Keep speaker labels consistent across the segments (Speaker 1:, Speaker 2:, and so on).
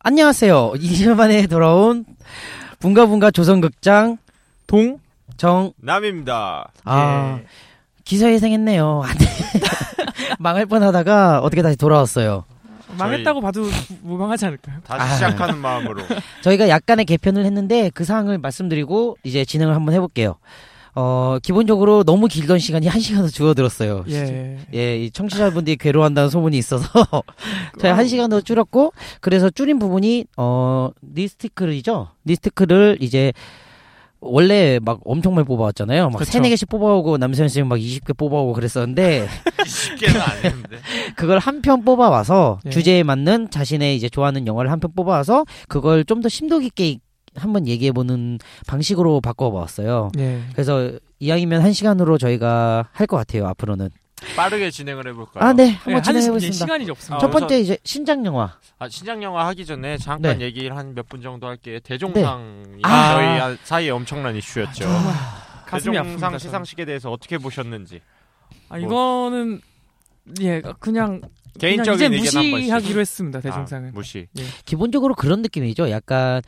Speaker 1: 안녕하세요. 2년 만에 돌아온 붕가붕가 조선극장
Speaker 2: 동?
Speaker 1: 정,
Speaker 3: 남입니다.
Speaker 1: 아,
Speaker 2: 예.
Speaker 1: 기사 예상했네요. 안 돼. 망할 뻔 하다가 어떻게 다시 돌아왔어요.
Speaker 2: 망했다고 봐도 무- 무방하지 않을까요?
Speaker 3: 다시
Speaker 1: 아.
Speaker 3: 시작하는 마음으로.
Speaker 1: 저희가 약간의 개편을 했는데 그 사항을 말씀드리고 이제 진행을 한번 해볼게요. 어, 기본적으로 너무 길던 시간이 1시간으로
Speaker 3: 아,
Speaker 1: 줄어들었어요.
Speaker 2: 예.
Speaker 1: 예, 이 청취자분들이 괴로워한다는 소문이 있어서 저희 한 시간 더 줄였고 그래서 줄인 부분이 어 리스티클이죠. 리스티클을 이제 원래 막 엄청 많이 뽑아왔잖아요. 막
Speaker 2: 그쵸.
Speaker 1: 세네 개씩 뽑아오고 남세현 씨는 막 20개 뽑아오고 그랬었는데
Speaker 3: 쉽게는 안 했는데.
Speaker 1: 그걸 한 편 뽑아와서
Speaker 2: 예.
Speaker 1: 주제에 맞는 자신의 이제 좋아하는 영화를 한 편 뽑아와서 그걸 좀 더 심도 깊게 한번 얘기해보는 방식으로 바꿔봤어요.
Speaker 2: 예.
Speaker 1: 그래서 이왕이면 한 시간으로 저희가 할 것 같아요. 앞으로는
Speaker 3: 빠르게 진행을 해볼까요?
Speaker 1: 아 네,
Speaker 2: 예,
Speaker 1: 한번
Speaker 2: 한 시- 예,
Speaker 1: 진행해보겠습니다.
Speaker 2: 시간이 없습니다.
Speaker 3: 아,
Speaker 1: 첫 번째 이제 신작 영화.
Speaker 3: 아, 신작 영화 하기 전에 잠깐
Speaker 1: 네.
Speaker 3: 얘기를 한 몇 분 정도
Speaker 2: 네.
Speaker 3: 할게. 대종상이
Speaker 1: 아.
Speaker 3: 저희 사이에 엄청난 이슈였죠.
Speaker 2: 아, 정말 가슴이
Speaker 3: 대종상
Speaker 2: 아픕니다. 저는.
Speaker 3: 시상식에 대해서 어떻게 보셨는지
Speaker 2: 아, 이거는 예 그냥 그냥 이제
Speaker 3: 개인적인 의견 한 번씩.
Speaker 2: 무시하기로 했습니다.
Speaker 3: 아,
Speaker 2: 대종상은.
Speaker 3: 무시.
Speaker 1: 기본적으로 그런 느낌이죠. 약간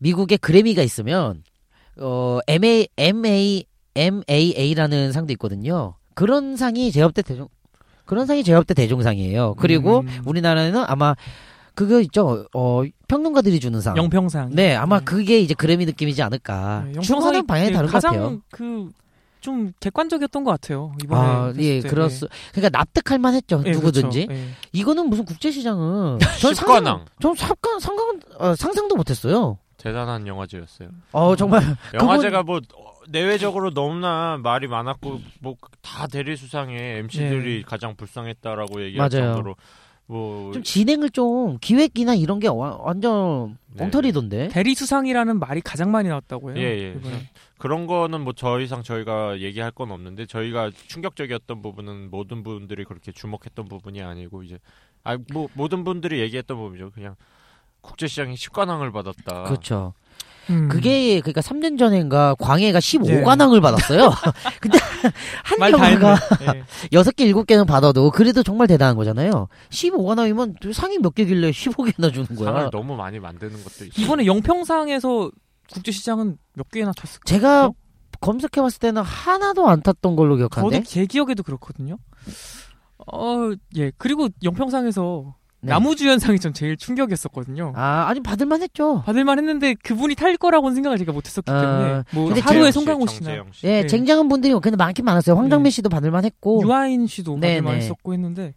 Speaker 1: 미국에 그래미가 있으면 어 MA MA MAA라는 상도 있거든요. 그런 상이 제업대 대종 그런 상이 제업대 대종상이에요. 그리고
Speaker 2: 음.
Speaker 1: 우리나라에는 아마 그거 있죠. 어 평론가들이 주는 상.
Speaker 2: 영평상.
Speaker 1: 네, 아마
Speaker 2: 네.
Speaker 1: 그게 이제 그래미 느낌이지 않을까.
Speaker 2: 예, 영평상이
Speaker 1: 중어는 방향이
Speaker 2: 예,
Speaker 1: 다른 것
Speaker 2: 가장
Speaker 1: 같아요.
Speaker 2: 그좀 객관적이었던 것 같아요. 이번에.
Speaker 1: 아, 예,
Speaker 2: 네.
Speaker 1: 그렇소. 그러니까 납득할 만했죠.
Speaker 2: 예,
Speaker 1: 누구든지.
Speaker 2: 그렇죠. 예.
Speaker 1: 이거는 무슨 국제시장은 전 상상,
Speaker 3: 십관왕
Speaker 1: 전 상상, 상상, 어, 상상도 못했어요.
Speaker 3: 대단한 영화제였어요.
Speaker 1: 어 정말
Speaker 3: 영화제가 뭐 어, 내외적으로 너무나 말이 많았고 뭐 다 대리 수상에
Speaker 2: 네.
Speaker 3: MC들이 가장 불쌍했다라고 얘기할
Speaker 1: 맞아요.
Speaker 3: 정도로 뭐
Speaker 1: 좀 진행을 좀 기획이나 이런 게 와- 완전
Speaker 3: 네.
Speaker 1: 엉터리던데.
Speaker 2: 대리 수상이라는 말이 가장 많이 나왔다고요.
Speaker 3: 예, 예. 그런 거는 뭐 더 이상 저희가 얘기할 건 없는데 저희가 충격적이었던 부분은 모든 분들이 그렇게 주목했던 부분이 아니고 이제 아 뭐 모든 분들이 얘기했던 부분이죠. 그냥 국제시장이 10관왕을 받았다.
Speaker 1: 그렇죠.
Speaker 2: 음.
Speaker 1: 그게 그러니까 3년 전인가 광해가 15관왕을 받았어요. 근데 한
Speaker 2: 네. 음. 말다
Speaker 1: 영화가
Speaker 2: 했네. 예.
Speaker 1: 6개 7개는 받아도 그래도 정말 대단한 거잖아요. 15관왕이면 상이 몇 개길래 15개나 주는 거야.
Speaker 3: 상을 너무 많이 만드는 것도 있어요.
Speaker 2: 이번에 영평상에서 국제시장은 몇 개나 탔을까?
Speaker 1: 제가
Speaker 3: 어?
Speaker 1: 검색해 봤을 때는 하나도 안 탔던 걸로 기억하는데.
Speaker 2: 저도 제 기억에도 그렇거든요. 어, 예. 그리고 영평상에서
Speaker 1: 네.
Speaker 2: 나무주연상이 전 제일 충격이었었거든요.
Speaker 1: 아, 아니 받을 만 했죠.
Speaker 2: 받을만 했는데 그분이 탈 거라고는 생각을 제가 못했었기
Speaker 1: 어,
Speaker 2: 때문에 뭐
Speaker 1: 근데
Speaker 2: 하루에
Speaker 3: 정재영 씨,
Speaker 2: 송강호 씨나
Speaker 3: 정재영 씨.
Speaker 1: 예,
Speaker 2: 네.
Speaker 1: 쟁쟁한 분들이 근데 많긴 많았어요. 황장민
Speaker 2: 네.
Speaker 1: 씨도 받을 만 했고.
Speaker 2: 유아인 씨도
Speaker 1: 네,
Speaker 2: 받을만
Speaker 1: 네.
Speaker 2: 했었고 했는데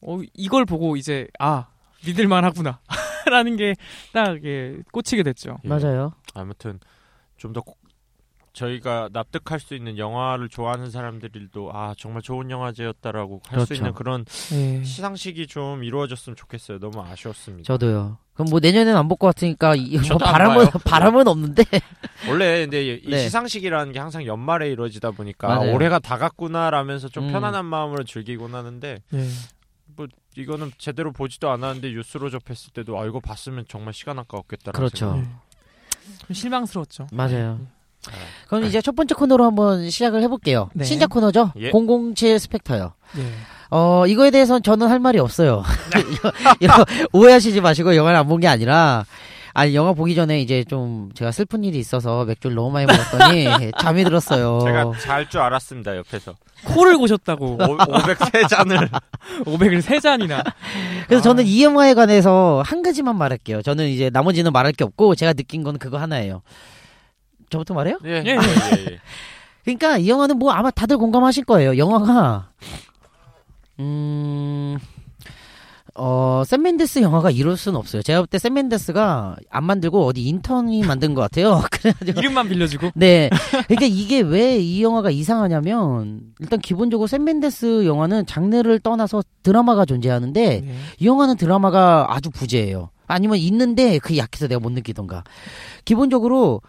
Speaker 2: 어, 이걸 보고 이제 아 믿을만 하구나 라는 게 딱 예, 꽂히게 됐죠.
Speaker 3: 예.
Speaker 1: 맞아요.
Speaker 3: 아무튼 좀 더 저희가 납득할 수 있는 영화를 좋아하는 사람들도 아 정말 좋은 영화제였다라고 할 수
Speaker 1: 그렇죠.
Speaker 3: 있는 그런
Speaker 2: 예.
Speaker 3: 시상식이 좀 이루어졌으면 좋겠어요. 너무 아쉬웠습니다.
Speaker 1: 저도요. 그럼 뭐 내년에는 안 볼 것 같으니까 이- 뭐
Speaker 3: 그러니까. 저도 안
Speaker 1: 바람은
Speaker 3: 봐요.
Speaker 1: 바람은 없는데
Speaker 3: 원래 근데 이
Speaker 1: 네.
Speaker 3: 시상식이라는 게 항상 연말에 이루어지다 보니까
Speaker 1: 맞아요.
Speaker 3: 아, 올해가 다 갔구나라면서 좀
Speaker 1: 음.
Speaker 3: 편안한 마음으로 즐기곤 하는데
Speaker 2: 예.
Speaker 3: 이거는 제대로 보지도 않았는데 뉴스로 접했을 때도 아 이거 봤으면 정말 시간 아까웠겠다라는
Speaker 1: 그렇죠.
Speaker 3: 생각.
Speaker 2: 예. 좀 실망스러웠죠.
Speaker 1: 맞아요. 그럼 이제 첫 번째 코너로 한번 시작을 해볼게요.
Speaker 2: 네.
Speaker 1: 신작 코너죠.
Speaker 3: 예.
Speaker 1: 007 스펙터요.
Speaker 2: 예.
Speaker 1: 어 이거에 대해서는 저는 할 말이 없어요. 이거 오해하시지 마시고 영화를 안 본 게 아니라 아니 영화 보기 전에 이제 좀 제가 슬픈 일이 있어서 맥주를 너무 많이 먹었더니 잠이 들었어요.
Speaker 3: 제가 잘 줄 알았습니다 옆에서
Speaker 2: 코를 고셨다고
Speaker 3: 오, 503잔을
Speaker 2: 오백을세 잔이나.
Speaker 1: 그래서
Speaker 2: 아.
Speaker 1: 저는 이 영화에 관해서 한 가지만 말할게요. 저는 이제 나머지는 말할 게 없고 제가 느낀 건 그거 하나예요. 저부터 말해요?
Speaker 3: 예,
Speaker 2: 예.
Speaker 3: 예, 예, 예.
Speaker 1: 그러니까 이 영화는 뭐 아마 다들 공감하실 거예요. 영화가 음. 어, 샘 맨데스 영화가 이럴 순 없어요. 제가 볼 때 샘 맨데스가 안 만들고 어디 인턴이 만든 것 같아요. 그래가지고
Speaker 2: 이름만 빌려주고.
Speaker 1: 네. 그러니까 이게 왜 이 영화가 이상하냐면 일단 기본적으로 샘 맨데스 영화는 장르를 떠나서 드라마가 존재하는데
Speaker 2: 네.
Speaker 1: 이 영화는 드라마가 아주 부재해요. 아니면 있는데 그게 약해서 내가 못 느끼던가. 기본적으로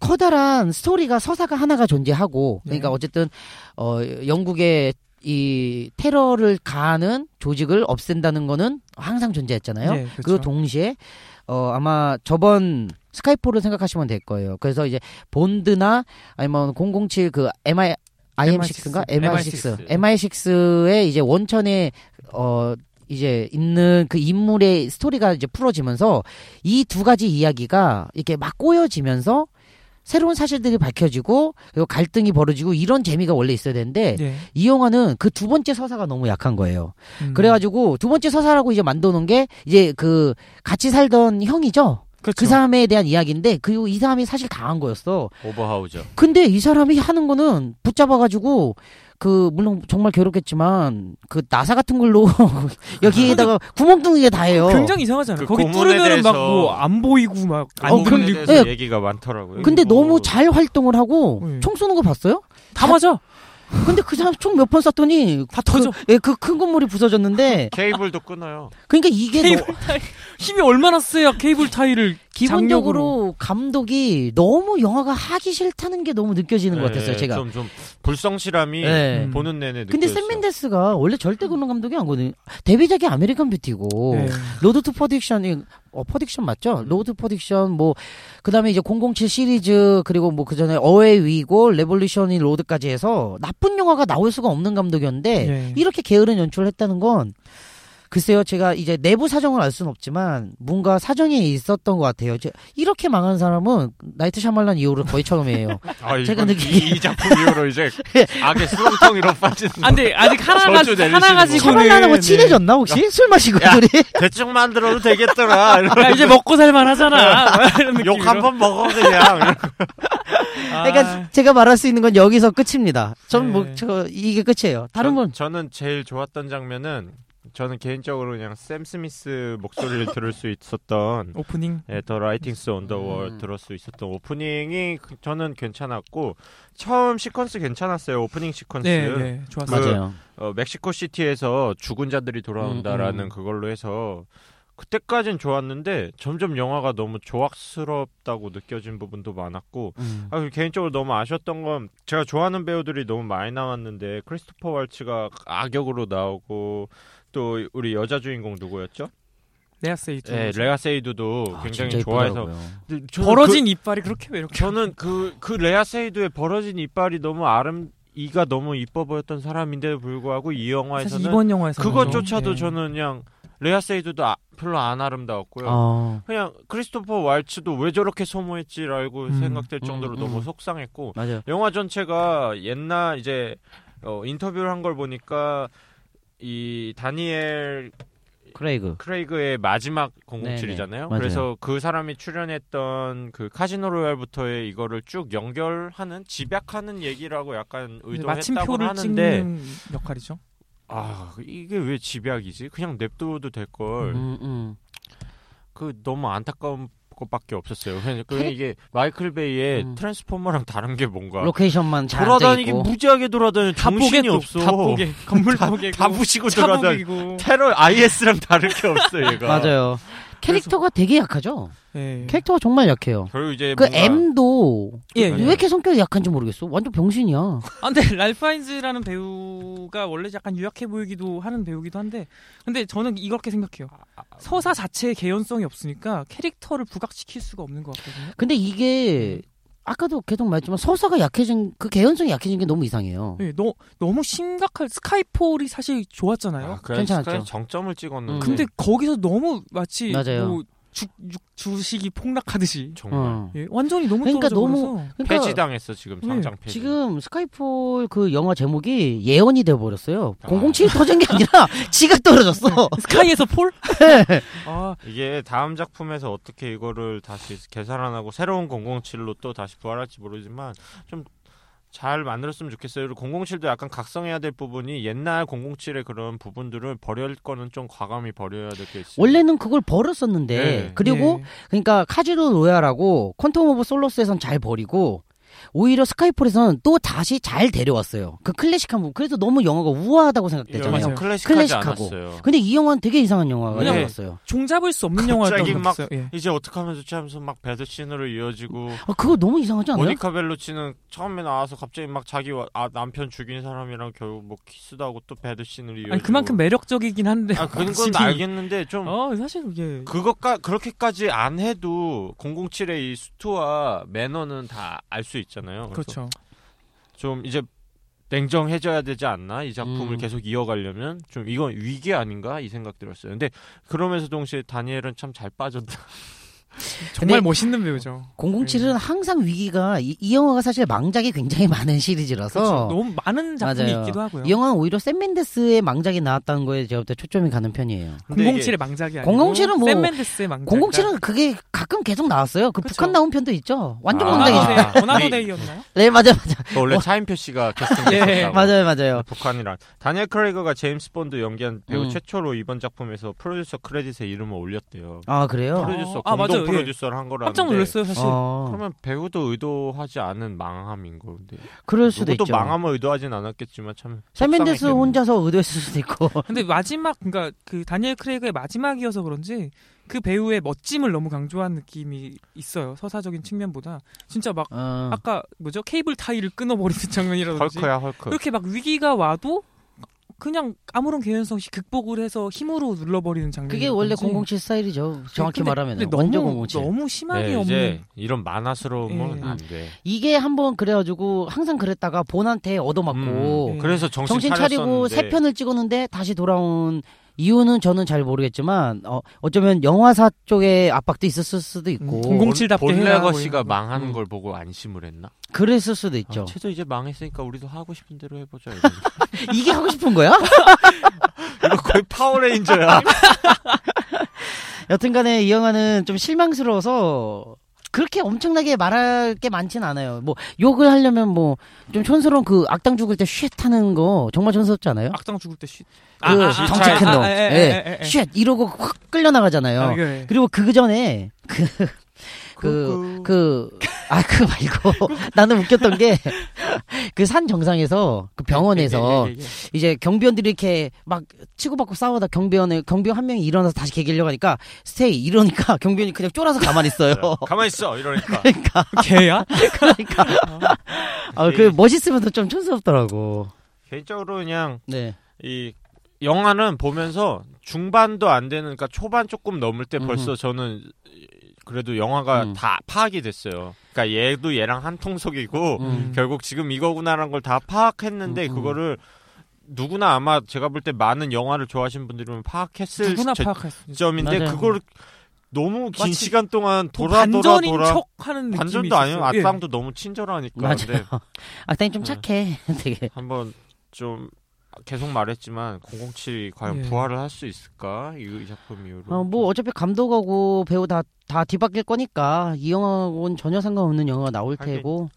Speaker 1: 커다란 스토리가 서사가 하나가 존재하고 그러니까
Speaker 2: 네.
Speaker 1: 어쨌든 어 영국의 이 테러를 가하는 조직을 없앤다는 거는 항상 존재했잖아요.
Speaker 2: 네,
Speaker 1: 그
Speaker 2: 그렇죠.
Speaker 1: 동시에 어 아마 저번 스카이포를 생각하시면 될 거예요. 그래서 이제 본드나 아니면 007 그 MI IM6인가
Speaker 2: MI6.
Speaker 1: MI6 MI6의 이제 원천의 어 이제 있는 그 인물의 스토리가 이제 풀어지면서 이 두 가지 이야기가 이렇게 막 꼬여지면서 새로운 사실들이 밝혀지고 그리고 갈등이 벌어지고 이런 재미가 원래 있어야 되는데
Speaker 2: 예.
Speaker 1: 이 영화는 그 두 번째 서사가 너무 약한 거예요.
Speaker 2: 음.
Speaker 1: 그래가지고 두 번째 서사라고 이제 만드는 게 이제 그 같이 살던 형이죠.
Speaker 2: 그렇죠.
Speaker 1: 그 사람에 대한 이야기인데 그 이 사람이 사실 강한 거였어.
Speaker 3: 오버하우죠.
Speaker 1: 근데 이 사람이 하는 거는 붙잡아가지고 그 물론 정말 괴롭겠지만 그 나사 같은 걸로 여기에다가 구멍뚱이에 다 해요.
Speaker 2: 굉장히 이상하잖아요.
Speaker 3: 그
Speaker 2: 거기
Speaker 3: 고문에
Speaker 2: 뚫으면
Speaker 3: 대해서-
Speaker 2: 막 뭐 안 보이고 막 네,
Speaker 3: 안
Speaker 1: 어,
Speaker 3: 어,
Speaker 1: 그럼-
Speaker 3: 그런 대해서
Speaker 1: 예.
Speaker 3: 얘기가 많더라고요.
Speaker 1: 근데
Speaker 3: 뭐,
Speaker 1: 너무 잘 활동을 하고
Speaker 2: 음.
Speaker 1: 총 쏘는 거 봤어요?
Speaker 2: 다 맞아.
Speaker 1: 근데 그 사람 총 몇 번 쐈더니
Speaker 2: 다 터져.
Speaker 1: 그, 예, 그 큰 건물이 부서졌는데
Speaker 3: 케이블도 끊어요.
Speaker 1: 그러니까 이게 너-
Speaker 2: 케이블 타이 힘이 얼마나 세야 케이블 타이를 장력으로.
Speaker 1: 기본적으로 감독이 너무 영화가 하기 싫다는 게 너무 느껴지는 것 같았어요,
Speaker 3: 예,
Speaker 1: 제가.
Speaker 3: 좀, 좀 불성실함이
Speaker 1: 예.
Speaker 2: 음.
Speaker 3: 보는 내내 느껴졌어요.
Speaker 1: 근데 샘 맨데스가 원래 절대 그런 감독이 아니거든요. 데뷔작이 아메리칸 뷰티고
Speaker 2: 예.
Speaker 1: 로드 투 퍼딕션이 어 퍼딕션 맞죠? 로드 퍼딕션 뭐 그다음에 이제 007 시리즈 그리고 뭐 그전에 어웨이 위고 레볼루션이 로드까지 해서 나쁜 영화가 나올 수가 없는 감독이었는데
Speaker 2: 예.
Speaker 1: 네. 이렇게 게으른 연출을 했다는 건 글쎄요 제가 이제 내부 사정을 알 수는 없지만 뭔가 사정이 있었던 것 같아요. 제- 이렇게 망한 사람은 나이트 샤말란 이후로 거의 처음이에요.
Speaker 3: 아, 이건
Speaker 1: 제가 느끼기에- 예.
Speaker 3: 이, 이 작품 이후로 이제 악의 수렁텅이로 빠지는
Speaker 2: 아, 근데 아직 하나가
Speaker 3: 저주 내리시는
Speaker 2: 하나
Speaker 3: 거.
Speaker 2: 가지고는
Speaker 1: 샤말란하고
Speaker 2: 네.
Speaker 1: 친해졌나 혹시 술 마시고
Speaker 3: 야.
Speaker 1: 둘이?
Speaker 3: 대충 만들어도 되겠더라. 이런
Speaker 2: 야, 아, 이제 먹고 살만 하잖아. 이런 느낌으로.
Speaker 3: 네. 욕 한 번 먹어 그냥.
Speaker 2: 아,
Speaker 1: 그러니까 제가 말할 수 있는 건 여기서 끝입니다. 저는
Speaker 2: 네.
Speaker 1: 뭐저 이게 끝이에요. 다른 건
Speaker 3: 저는 제일 좋았던 장면은 저는 개인적으로 그냥 샘 스미스 목소리를 들을 수 있었던
Speaker 2: 오프닝.
Speaker 3: 예, 더 라이팅스 언더월
Speaker 1: 음.
Speaker 3: 들을 수 있었던 오프닝이 그- 저는 괜찮았고 처음 시퀀스 괜찮았어요. 오프닝 시퀀스.
Speaker 2: 네, 네, 좋았어요.
Speaker 3: 아, 그-
Speaker 1: 맞아요.
Speaker 3: 어, 멕시코 시티에서 죽은 자들이 돌아온다라는
Speaker 1: 음, 음.
Speaker 3: 그걸로 해서 그때까진 좋았는데 점점 영화가 너무 조악스럽다고 느껴진 부분도 많았고
Speaker 1: 음.
Speaker 3: 아, 그리고 개인적으로 너무 아쉬웠던 건 제가 좋아하는 배우들이 너무 많이 나왔는데 크리스토퍼 왈츠가 악역으로 나오고 또 우리 여자 주인공 누구였죠?
Speaker 2: 레아 세이트.
Speaker 3: 네, 레아 세이드도
Speaker 1: 아,
Speaker 3: 굉장히
Speaker 1: 진짜
Speaker 3: 좋아해서
Speaker 1: 이쁘더라고요.
Speaker 3: 근데 저는
Speaker 2: 벌어진 이빨이 그렇게 왜 이렇게
Speaker 3: 그, 저는 그, 그 레아 세이드의 벌어진 이빨이 너무 아름 이가 너무 이뻐 보였던 사람인데도 불구하고 이
Speaker 2: 사실
Speaker 3: 영화에서는
Speaker 2: 이번 네. 예. 영화에서
Speaker 3: 그것조차도 저는 그냥 레아 세이드도 아- 별로 안 아름다웠고요.
Speaker 1: 아,
Speaker 3: 그냥 크리스토퍼 왈츠도 왜 저렇게 소모했지라고
Speaker 2: 음.
Speaker 3: 생각될 정도로
Speaker 1: 음, 음.
Speaker 3: 너무 속상했고
Speaker 1: 맞아요.
Speaker 3: 영화 전체가 옛날 이제 어, 인터뷰를 한 걸 보니까 이 다니엘
Speaker 1: 크레이그.
Speaker 3: 크레이그의 마지막 007이잖아요.
Speaker 1: 네네,
Speaker 3: 그래서 그 사람이 출연했던 그 카지노 로얄부터의 이거를 쭉 연결하는 집약하는 얘기라고 약간 의도했다고
Speaker 2: 마침표를
Speaker 3: 하는데
Speaker 2: 찍는 역할이죠.
Speaker 3: 아 이게 왜 집약이지? 그냥 냅둬도 될 걸 그
Speaker 1: 음, 음.
Speaker 3: 너무 안타까운 것밖에 없었어요. 그냥 그
Speaker 1: 캐릭-
Speaker 3: 이게 마이클 베이의
Speaker 1: 음.
Speaker 3: 트랜스포머랑 다른 게 뭔가
Speaker 1: 로케이션만 잘
Speaker 3: 돌아다니기
Speaker 1: 고
Speaker 3: 무지하게 돌아다니
Speaker 2: 다
Speaker 3: 정신이
Speaker 2: 또,
Speaker 3: 없어.
Speaker 2: 다 보게. 건물 다 보게.
Speaker 3: 다 부시고 돌아다니.
Speaker 2: 차보기고.
Speaker 3: 테러 IS랑 다른 게 없어 얘가. 네.
Speaker 1: 맞아요. 캐릭터가 되게 약하죠.
Speaker 2: 예.
Speaker 1: 캐릭터가 정말 약해요.
Speaker 3: 그리고 이제
Speaker 1: 그
Speaker 3: 뭔가
Speaker 1: M도
Speaker 2: 예,
Speaker 1: 왜
Speaker 2: 예.
Speaker 1: 이렇게 성격이 약한지 모르겠어. 완전 병신이야.
Speaker 2: 아, 근데 랄파인즈라는 배우가 원래 약간 유약해 보이기도 하는 배우기도 한데, 근데 저는 이렇게 생각해요. 서사 자체의 개연성이 없으니까 캐릭터를 부각시킬 수가 없는 것 같거든요.
Speaker 1: 근데 이게 아까도 계속 말했지만 서사가 약해진 그 개연성이 약해진 게 너무 이상해요.
Speaker 2: 예, 너, 너무 심각할 스카이폴이 사실 좋았잖아요. 네.
Speaker 3: 아, 그냥
Speaker 1: 괜찮았죠.
Speaker 3: 그냥 정점을 찍었는데.
Speaker 1: 음.
Speaker 2: 근데 거기서 너무 마치
Speaker 1: 맞아요.
Speaker 2: 뭐 주, 주, 주식이 폭락하듯이
Speaker 3: 정말
Speaker 1: 어.
Speaker 2: 예, 완전히 너무
Speaker 1: 그러니까
Speaker 2: 떨어져
Speaker 1: 너무-
Speaker 2: 버려서
Speaker 1: 그러니까
Speaker 3: 그러니까. 폐지당했어 지금
Speaker 2: 네,
Speaker 3: 당장 폐지.
Speaker 1: 지금 스카이폴 그 영화 제목이 예언이 돼 버렸어요.
Speaker 3: 아.
Speaker 1: 007이 터진 게 아니라 지가 떨어졌어.
Speaker 2: 스카이에서 폴?
Speaker 1: 네.
Speaker 2: 아,
Speaker 3: 이게 다음 작품에서 어떻게 이거를 다시 개설 안 하고 새로운 007로 또 다시 부활할지 모르지만 좀 잘 만들었으면 좋겠어요. 그리고 007도 약간 각성해야 될 부분이 옛날 007의 그런 부분들을 버릴 거는 좀 과감히 버려야 될 게 있어요.
Speaker 1: 원래는 그걸 버렸었는데
Speaker 3: 네.
Speaker 1: 그리고
Speaker 2: 예.
Speaker 1: 그러니까 카지노 로얄하고 퀀텀 오브 솔로스에선 잘 버리고 오히려 스카이폴에서는 또 다시 잘 데려왔어요. 그 클래식한 부분. 그래서 너무 영화가 우아하다고 생각됐잖아요.
Speaker 2: 맞아요.
Speaker 3: 영화는 클래식하지
Speaker 1: 클래식하고.
Speaker 3: 않았어요.
Speaker 1: 아, 근데 이 영화는 되게 이상한 영화가
Speaker 3: 네.
Speaker 1: 나왔어요.
Speaker 2: 종잡을 수 없는
Speaker 3: 갑자기
Speaker 2: 영화였다고
Speaker 3: 막-
Speaker 2: 생각했어요. 예.
Speaker 3: 이제 어떻게 하면 좋지 하면서 막 배드 씬으로 이어지고
Speaker 1: 아, 그거 너무 이상하지 않아요?
Speaker 3: 모니카 벨루치는 처음에 나와서 갑자기 막 자기 와- 아, 남편 죽인 사람이랑 결국 뭐 키스도 하고 또 배드 씬으로 이어지고
Speaker 2: 아니 그만큼 매력적이긴 한데
Speaker 3: 아 그건
Speaker 2: 확실히-
Speaker 3: 알겠는데 좀
Speaker 2: 어, 사실 이게
Speaker 3: 그것까 그렇게까지 안 해도 007의 이 수트와 매너는 다 알 수 있잖아요. 그래서
Speaker 2: 그렇죠.
Speaker 3: 좀 이제 냉정해져야 되지 않나 이 작품을
Speaker 4: 음.
Speaker 3: 계속 이어가려면 좀 이건 위기 아닌가 이 생각 들었어요. 근데 그러면서 동시에 다니엘은 참 잘 빠졌다.
Speaker 2: 정말
Speaker 1: 근데-
Speaker 2: 멋있는 배우죠.
Speaker 1: 007은 음. 항상 위기가 이, 이 영화가 사실 망작이 굉장히 많은 시리즈라서
Speaker 2: 그렇죠. 너무 많은 작품이
Speaker 1: 어. 맞아요.
Speaker 2: 있기도 하고요.
Speaker 1: 이 영화는 오히려 샘 맨데스의 망작이 나왔다는 거에 제가 볼때 초점이 가는 편이에요.
Speaker 2: 그러니까
Speaker 3: 근데 이게
Speaker 2: 007의 망작이 아니고
Speaker 1: 007은 뭐-
Speaker 2: 샘 맨데스의 망작.
Speaker 1: 007은 그게 가끔 계속 나왔어요. 그
Speaker 2: 그쵸.
Speaker 1: 북한 나온 편도 있죠. 완전
Speaker 3: 아.
Speaker 1: 망작이죠.
Speaker 2: 네.
Speaker 3: 망작이죠.
Speaker 2: 원하고데이였나요?
Speaker 1: 네 맞아요 맞아요
Speaker 3: 그거 원래 차인표 씨가
Speaker 2: 어.
Speaker 3: 캐스팅했었다고.
Speaker 2: 예,
Speaker 1: 맞아요 맞아요.
Speaker 3: 북한이란 다니엘 크레이거가 제임스 본드 연기한 배우
Speaker 1: 음.
Speaker 3: 최초로 이번 작품에서 프로듀서 크레딧에 이름을 올렸대요.
Speaker 1: 아 그래요?
Speaker 3: 프로듀서
Speaker 2: 아,
Speaker 3: 공동
Speaker 2: 맞아요. 예.
Speaker 3: 프로듀서를 한 거라는데.
Speaker 2: 깜짝 놀랐어요 사실.
Speaker 1: 어,
Speaker 3: 그러면 배우도 의도하지 않은 망함인 건데.
Speaker 1: 그럴 수도
Speaker 3: 누구도
Speaker 1: 있죠.
Speaker 3: 망함을 의도하진 않았겠지만 참.
Speaker 1: 샘 맨데스
Speaker 3: 속상했겠네요.
Speaker 1: 혼자서 의도했을 수도 있고.
Speaker 2: 근데 마지막 그러니까 그 다니엘 크레이그의 마지막이어서 그런지 그 배우의 멋짐을 너무 강조한 느낌이 있어요 서사적인 측면보다 진짜 막
Speaker 1: 어.
Speaker 2: 아까 뭐죠 케이블 타이를 끊어버리는 장면이라든지
Speaker 3: 헐크야 헐크.
Speaker 2: 이렇게 막 위기가 와도 그냥 아무런 개연성 없이 극복을 해서 힘으로 눌러버리는 장면
Speaker 1: 그게 원래 007 스타일이죠. 정확히
Speaker 2: 근데-
Speaker 1: 말하면
Speaker 2: 근데
Speaker 1: 완전
Speaker 2: 너무
Speaker 1: 007.
Speaker 2: 너무 심하게
Speaker 3: 네, 이제
Speaker 2: 없는
Speaker 3: 이런 만화스러움은
Speaker 2: 예.
Speaker 3: 안 돼.
Speaker 1: 이게 한번 그래가지고 항상 그랬다가 본한테 얻어맞고
Speaker 3: 음,
Speaker 2: 예.
Speaker 3: 그래서 정신,
Speaker 1: 정신 차리고
Speaker 3: 차렸었는데
Speaker 1: 세 편을 찍었는데 다시 돌아온 이유는 저는 잘 모르겠지만 어, 어쩌면 영화사 쪽에 압박도 있었을 수도 있고
Speaker 2: 음, 007 답게
Speaker 3: 본-
Speaker 2: 해라,
Speaker 3: 본래거
Speaker 2: 뭐
Speaker 3: 씨가
Speaker 2: 이런 거.
Speaker 3: 망하는
Speaker 2: 음.
Speaker 3: 걸 보고 안심을 했나?
Speaker 1: 그랬을 수도 있죠.
Speaker 3: 아, 최소 이제 망했으니까 우리도 하고 싶은 대로 해보자. 이런.
Speaker 1: 이게 하고 싶은 거야?
Speaker 3: 이거 거의 파워레인저야.
Speaker 1: 여튼간에 이 영화는 좀 실망스러워서 그렇게 엄청나게 말할 게 많진 않아요. 뭐 욕을 하려면 뭐 좀 촌스러운 그 악당 죽을 때 쉿 하는 거 정말 촌스럽지 않아요?
Speaker 2: 악당 죽을 때 쉿.
Speaker 1: 그
Speaker 3: 아,
Speaker 1: 정착한 놈.
Speaker 2: 예,
Speaker 1: 예.
Speaker 2: 예, 예, 예.
Speaker 1: 쉿 이러고 확 끌려나가잖아요.
Speaker 2: 아, 예.
Speaker 1: 그리고 그 전에 그 그, 그, 아, 그 말고, 나는 웃겼던 게, 그 산 정상에서, 그 병원에서,
Speaker 3: 예, 예, 예, 예.
Speaker 1: 이제 경비원들이 이렇게 막 치고받고 싸우다 경비원을, 경비원 한 명이 일어나서 다시 개기려고 하니까, 스테이, 이러니까 경비원이 그냥 쫄아서 가만히 있어요.
Speaker 3: 가만 있어 이러니까.
Speaker 1: 그러니까,
Speaker 2: 개야?
Speaker 1: 그러니까. 아, 그
Speaker 3: 예.
Speaker 1: 멋있으면서 좀 촌스럽더라고.
Speaker 3: 개인적으로 그냥
Speaker 1: 네.
Speaker 3: 이 영화는 보면서 중반도 안 되는 그러니까 초반 조금
Speaker 2: 음.
Speaker 3: 넘을 때 벌써 저는 그래도 영화가
Speaker 1: 음.
Speaker 3: 다 파악이 됐어요. 그러니까 얘도 얘랑 한 통속이고
Speaker 1: 음.
Speaker 3: 결국 지금 이거구나라는 걸 다 파악했는데
Speaker 1: 음, 음.
Speaker 3: 그거를 누구나 아마 제가 볼 때 많은 영화를 좋아하시는 분들이면 파악했을
Speaker 2: 누구나
Speaker 3: 제-
Speaker 2: 파악했어.
Speaker 3: 점인데
Speaker 1: 맞아요.
Speaker 3: 그걸 너무 긴
Speaker 2: 마치
Speaker 3: 시간 동안 돌아 돌아
Speaker 2: 반전인
Speaker 3: 돌아
Speaker 2: 척하는 느낌이
Speaker 3: 반전도 아니에요.
Speaker 2: 있었어요. 예.
Speaker 3: 악당도 너무 친절하니까.
Speaker 1: 맞아요.
Speaker 3: 근데
Speaker 1: 악당이 좀 착해. 되게.
Speaker 3: 한번 좀 계속 말했지만 007이 과연
Speaker 2: 예.
Speaker 3: 부활을 할 수 있을까 이, 이 작품 이후로
Speaker 1: 어, 뭐 어차피 감독하고 배우 다, 다 뒤바뀔 거니까 이 영화하고는 전혀 상관없는 영화가 나올
Speaker 3: 하긴.
Speaker 1: 테고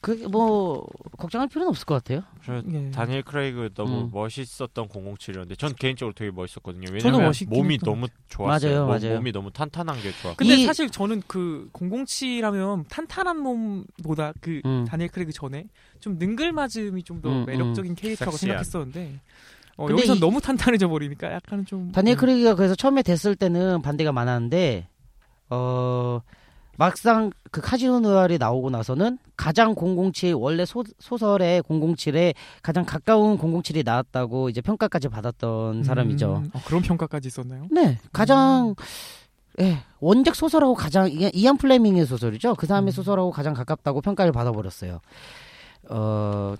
Speaker 1: 그 뭐 걱정할 필요는 없을 것 같아요.
Speaker 3: 저
Speaker 2: 예.
Speaker 3: 다니엘 크레이그 너무
Speaker 1: 음.
Speaker 3: 멋있었던 007이었는데 전 개인적으로 되게 멋있었거든요
Speaker 2: 저도
Speaker 3: 왜냐면
Speaker 2: 멋있긴
Speaker 3: 몸이
Speaker 2: 했던
Speaker 3: 너무
Speaker 1: 맞아요,
Speaker 3: 좋았어요 몸-
Speaker 1: 맞아요.
Speaker 3: 몸이 너무 탄탄한 게 좋아
Speaker 2: 근데
Speaker 1: 이-
Speaker 2: 사실 저는 그 007하면 탄탄한 몸보다 그
Speaker 1: 음.
Speaker 2: 다니엘 크레이그 전에 좀 능글맞음이 좀 더
Speaker 1: 음,
Speaker 2: 매력적인 캐릭터라고
Speaker 3: 섹시한.
Speaker 2: 생각했었는데 어,
Speaker 1: 근데
Speaker 2: 여기서
Speaker 1: 이-
Speaker 2: 너무 탄탄해져 버리니까 약간은 좀
Speaker 1: 다니엘
Speaker 2: 음.
Speaker 1: 크레이가 그래서 처음에 됐을 때는 반대가 많았는데 어 막상 그 카지노 누알이 나오고 나서는 가장 007 원래 소, 소설의 007에 가장 가까운 007이 나왔다고 이제 평가까지 받았던 사람이죠.
Speaker 2: 음, 어, 그런 평가까지 있었나요?
Speaker 1: 네, 가장 예, 원작 소설하고 가장 이게 이안 플레밍의 소설이죠. 그 사람의
Speaker 2: 음.
Speaker 1: 소설하고 가장 가깝다고 평가를 받아버렸어요. 어,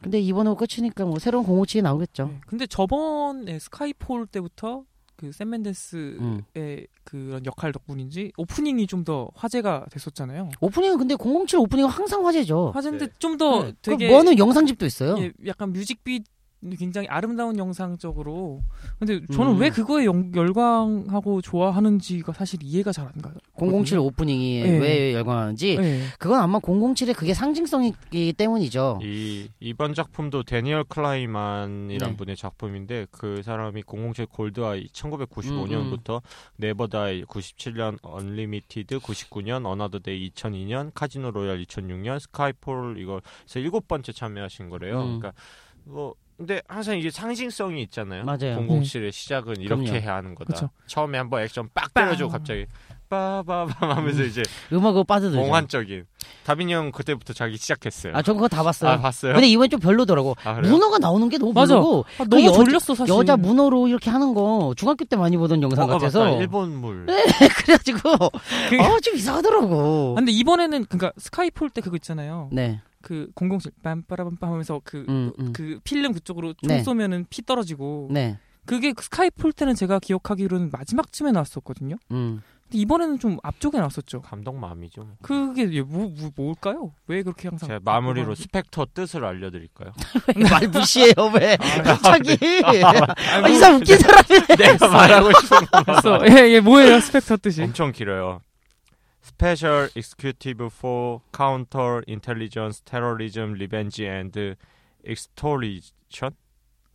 Speaker 1: 근데 이번으로 끝이니까 뭐 새로운 057이 나오겠죠.
Speaker 2: 네. 근데 저번에 스카이폴 때부터 그샘 맨데스의
Speaker 1: 음.
Speaker 2: 그런 역할 덕분인지 오프닝이 좀 더 화제가 됐었잖아요.
Speaker 1: 오프닝은 근데 007 오프닝은 항상 화제죠.
Speaker 2: 화제인데
Speaker 3: 네.
Speaker 2: 좀 더
Speaker 1: 어, 네. 그
Speaker 2: 되게
Speaker 1: 뭐는 영상집도 있어요.
Speaker 2: 예, 약간 뮤직비 굉장히 아름다운 영상적으로 근데 저는
Speaker 1: 음.
Speaker 2: 왜 그거에 영- 열광하고 좋아하는지가 사실 이해가 잘 안 가요.
Speaker 1: 007 오프닝이
Speaker 2: 예.
Speaker 1: 왜 열광하는지
Speaker 2: 예.
Speaker 1: 그건 아마 007의 그게 상징성이기
Speaker 3: 예.
Speaker 1: 때문이죠.
Speaker 3: 이 이번 작품도 데니얼 클라이만이란
Speaker 1: 네.
Speaker 3: 분의 작품인데 그 사람이 007 골드아이
Speaker 1: 음,
Speaker 3: 1995년부터 네버다이 97년 언리미티드 99년 어나더데이 2002년 카지노 로얄 2006년 스카이폴 이거 그래서 일곱 번째 참여하신 거래요.
Speaker 1: 음.
Speaker 3: 그러니까 뭐 근데 항상 이게 상징성이 있잖아요.
Speaker 1: 맞아요. 음.
Speaker 3: 007의 시작은 이렇게 해야 하는 거다.
Speaker 2: 그쵸.
Speaker 3: 처음에 한번 액션 빡
Speaker 2: 빵.
Speaker 3: 때려주고 갑자기 빠바밤 하면서 이제
Speaker 1: 음악으로 빠져들죠.
Speaker 3: 몽환적인 다빈이 형 그때부터 자기 시작했어요.
Speaker 1: 아, 전 그거 다 봤어요.
Speaker 3: 아, 봤어요?
Speaker 1: 근데 이번엔 좀 별로더라고.
Speaker 3: 아, 그래요?
Speaker 1: 문어가 나오는 게 너무
Speaker 2: 맞아.
Speaker 1: 별로고
Speaker 2: 아,
Speaker 1: 그
Speaker 2: 너무
Speaker 1: 여자-
Speaker 2: 졸렸어 사실.
Speaker 1: 여자 문어로 이렇게 하는 거 중학교 때 많이 보던 영상
Speaker 3: 어, 아,
Speaker 1: 같아서
Speaker 3: 맞다. 일본물.
Speaker 1: 그래가지고
Speaker 2: 그-
Speaker 1: 어 좀 이상하더라고.
Speaker 2: 아, 근데 이번에는 그러니까 스카이폴 때 그거 있잖아요.
Speaker 1: 네.
Speaker 2: 그 007 빰빠라빰빰 하면서 그 그
Speaker 1: 음, 음.
Speaker 2: 필름 그쪽으로 총
Speaker 1: 네.
Speaker 2: 쏘면은 피 떨어지고
Speaker 1: 네.
Speaker 2: 그게 그 스카이폴 때는 제가 기억하기로는 마지막쯤에 나왔었거든요.
Speaker 1: 음.
Speaker 2: 근데 이번에는 좀 앞쪽에 나왔었죠.
Speaker 3: 감독 마음이죠.
Speaker 2: 그게 이게 뭐, 뭐 뭘까요? 왜 그렇게 항상
Speaker 3: 제가 마무리로 스펙터 뜻을 알려드릴까요?
Speaker 5: 말 무시해요 왜 갑자기
Speaker 2: 아,
Speaker 5: 아, 이 사람 웃긴 사람이네
Speaker 3: 내가 말하고 싶은
Speaker 2: 그래서 예, 예, 뭐예요? 스펙터 뜻이.
Speaker 3: 엄청 길어요. Special Executive for Counter Intelligence, Terrorism, Revenge and Extortion?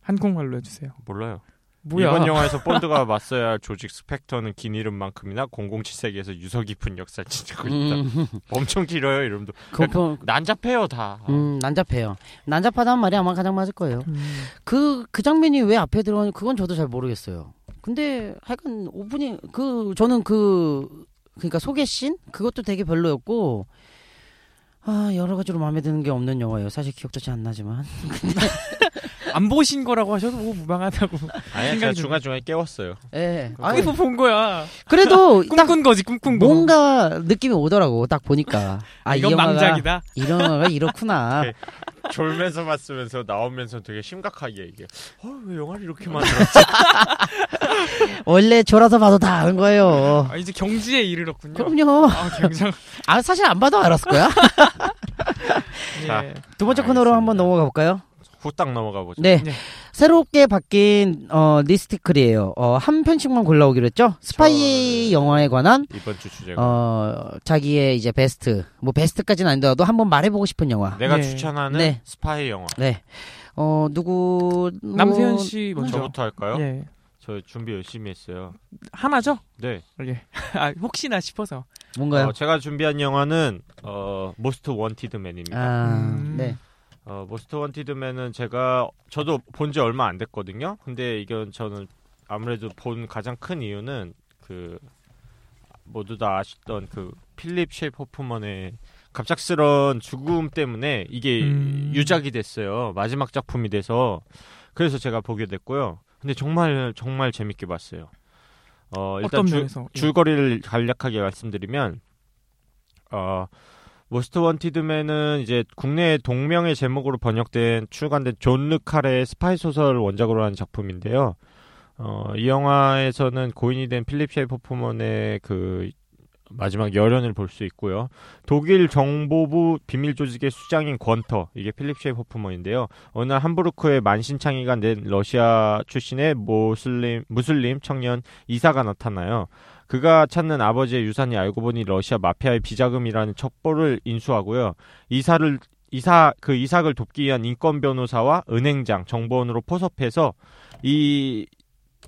Speaker 2: 한국말로 해 주세요.
Speaker 3: 몰라요.
Speaker 2: 뭐야?
Speaker 3: 이번 영화에서 본드가 맞서야 할 조직 스펙터는 긴 이름만큼이나 007 세계에서 유서 깊은 역사를 지니고 있다.
Speaker 1: 음.
Speaker 3: 엄청 길어요 이름도.
Speaker 1: 그거
Speaker 3: 난잡해요 다.
Speaker 1: 음, 난잡해요. 난잡하다는 말이 아마 가장 맞을 거예요.
Speaker 2: 음.
Speaker 1: 그, 그 장면이 왜 앞에 들어가는지 그건 저도 잘 모르겠어요. 근데 하여간 오프닝, 그, 저는 그, 그니까 소개씬? 그것도 되게 별로였고, 아, 여러 가지로 마음에 드는 게 없는 영화예요. 사실 기억도 잘 안 나지만.
Speaker 2: 안 보신 거라고 하셔도 뭐 무방하다고.
Speaker 3: 아니 제가
Speaker 2: 생각이 좀-
Speaker 3: 중간 중간에 깨웠어요.
Speaker 1: 예. 아니,
Speaker 2: 그게 뭐본 거야.
Speaker 1: 그래도 딱
Speaker 2: 꿈꾼 거지, 꿈꾼 거.
Speaker 1: 뭔가 느낌이 오더라고. 딱 보니까. 아, 이
Speaker 2: 이건
Speaker 1: 영화가,
Speaker 2: 망작이다.
Speaker 1: 이런 영화가 이렇구나.
Speaker 3: 네. 졸면서 봤으면서 나오면서 되게 심각하게 이게 어, 왜 영화를 이렇게 만들었지?
Speaker 1: 원래 졸아서 봐도 다 아는 거예요.
Speaker 2: 아, 이제 경지에 이르렀군요.
Speaker 1: 그럼요.
Speaker 2: 아, 굉장히.
Speaker 1: 아, 사실 안 봐도 알았을 거야.
Speaker 3: 자.
Speaker 2: 예.
Speaker 1: 두 번째 코너로
Speaker 3: 알겠습니다.
Speaker 1: 한번 넘어가 볼까요?
Speaker 3: 후딱 넘어가 보죠.
Speaker 1: 네.
Speaker 2: 네.
Speaker 1: 새롭게 바뀐 어, 리스티클이에요. 어, 한 편씩만 골라오기로 했죠. 스파이
Speaker 3: 저- 네.
Speaker 1: 영화에 관한
Speaker 3: 이번 주 주제가
Speaker 1: 어, 자기의 이제 베스트. 뭐 베스트까지는 아니더라도 한번 말해보고 싶은 영화.
Speaker 3: 내가
Speaker 2: 예.
Speaker 3: 추천하는
Speaker 1: 어, 네.
Speaker 3: 스파이 영화.
Speaker 1: 네. 어 누구
Speaker 2: 남세현 씨 먼저.
Speaker 3: 저부터 할까요?
Speaker 1: 네.
Speaker 2: 예.
Speaker 3: 저 준비 열심히 했어요.
Speaker 2: 하나죠?
Speaker 3: 네.
Speaker 2: 예. 아, 혹시나 싶어서.
Speaker 1: 뭔가요?
Speaker 3: 어, 제가 준비한 영화는 어 모스트 원티드 맨입니다.
Speaker 1: 아,
Speaker 2: 음.
Speaker 1: 네.
Speaker 3: 어, 모스트 원티드맨은 제가 저도 본 지 얼마 안 됐거든요. 근데 이건 저는 아무래도 본 가장 큰 이유는 그 모두 다 아시던 그 필립 셰퍼프먼의 갑작스런 죽음 때문에 이게
Speaker 2: 음.
Speaker 3: 유작이 됐어요. 마지막 작품이 돼서 그래서 제가 보게 됐고요. 근데 정말 정말 재밌게 봤어요. 어, 일단
Speaker 2: 어떤
Speaker 3: 주,
Speaker 2: 면에서. 예.
Speaker 3: 줄거리를 간략하게 말씀드리면 어 모스트 원티드맨은 이제 국내 동명의 제목으로 번역된 출간된 존 르카레의 스파이 소설 원작으로 한 작품인데요. 어, 이 영화에서는 고인이 된 필립 셰퍼포먼의 그 마지막 열연을 볼 수 있고요. 독일 정보부 비밀 조직의 수장인 권터 이게 필립 셰퍼포먼인데요. 어느 날 함부르크의 만신창이가 낸 러시아 출신의 모슬림 무슬림 청년 이사가 나타나요. 그가 찾는 아버지의 유산이 알고 보니 러시아 마피아의 비자금이라는 첩보를 인수하고요. 이사를 이사 그 이삭을 돕기 위한 인권 변호사와 은행장, 정보원으로 포섭해서 이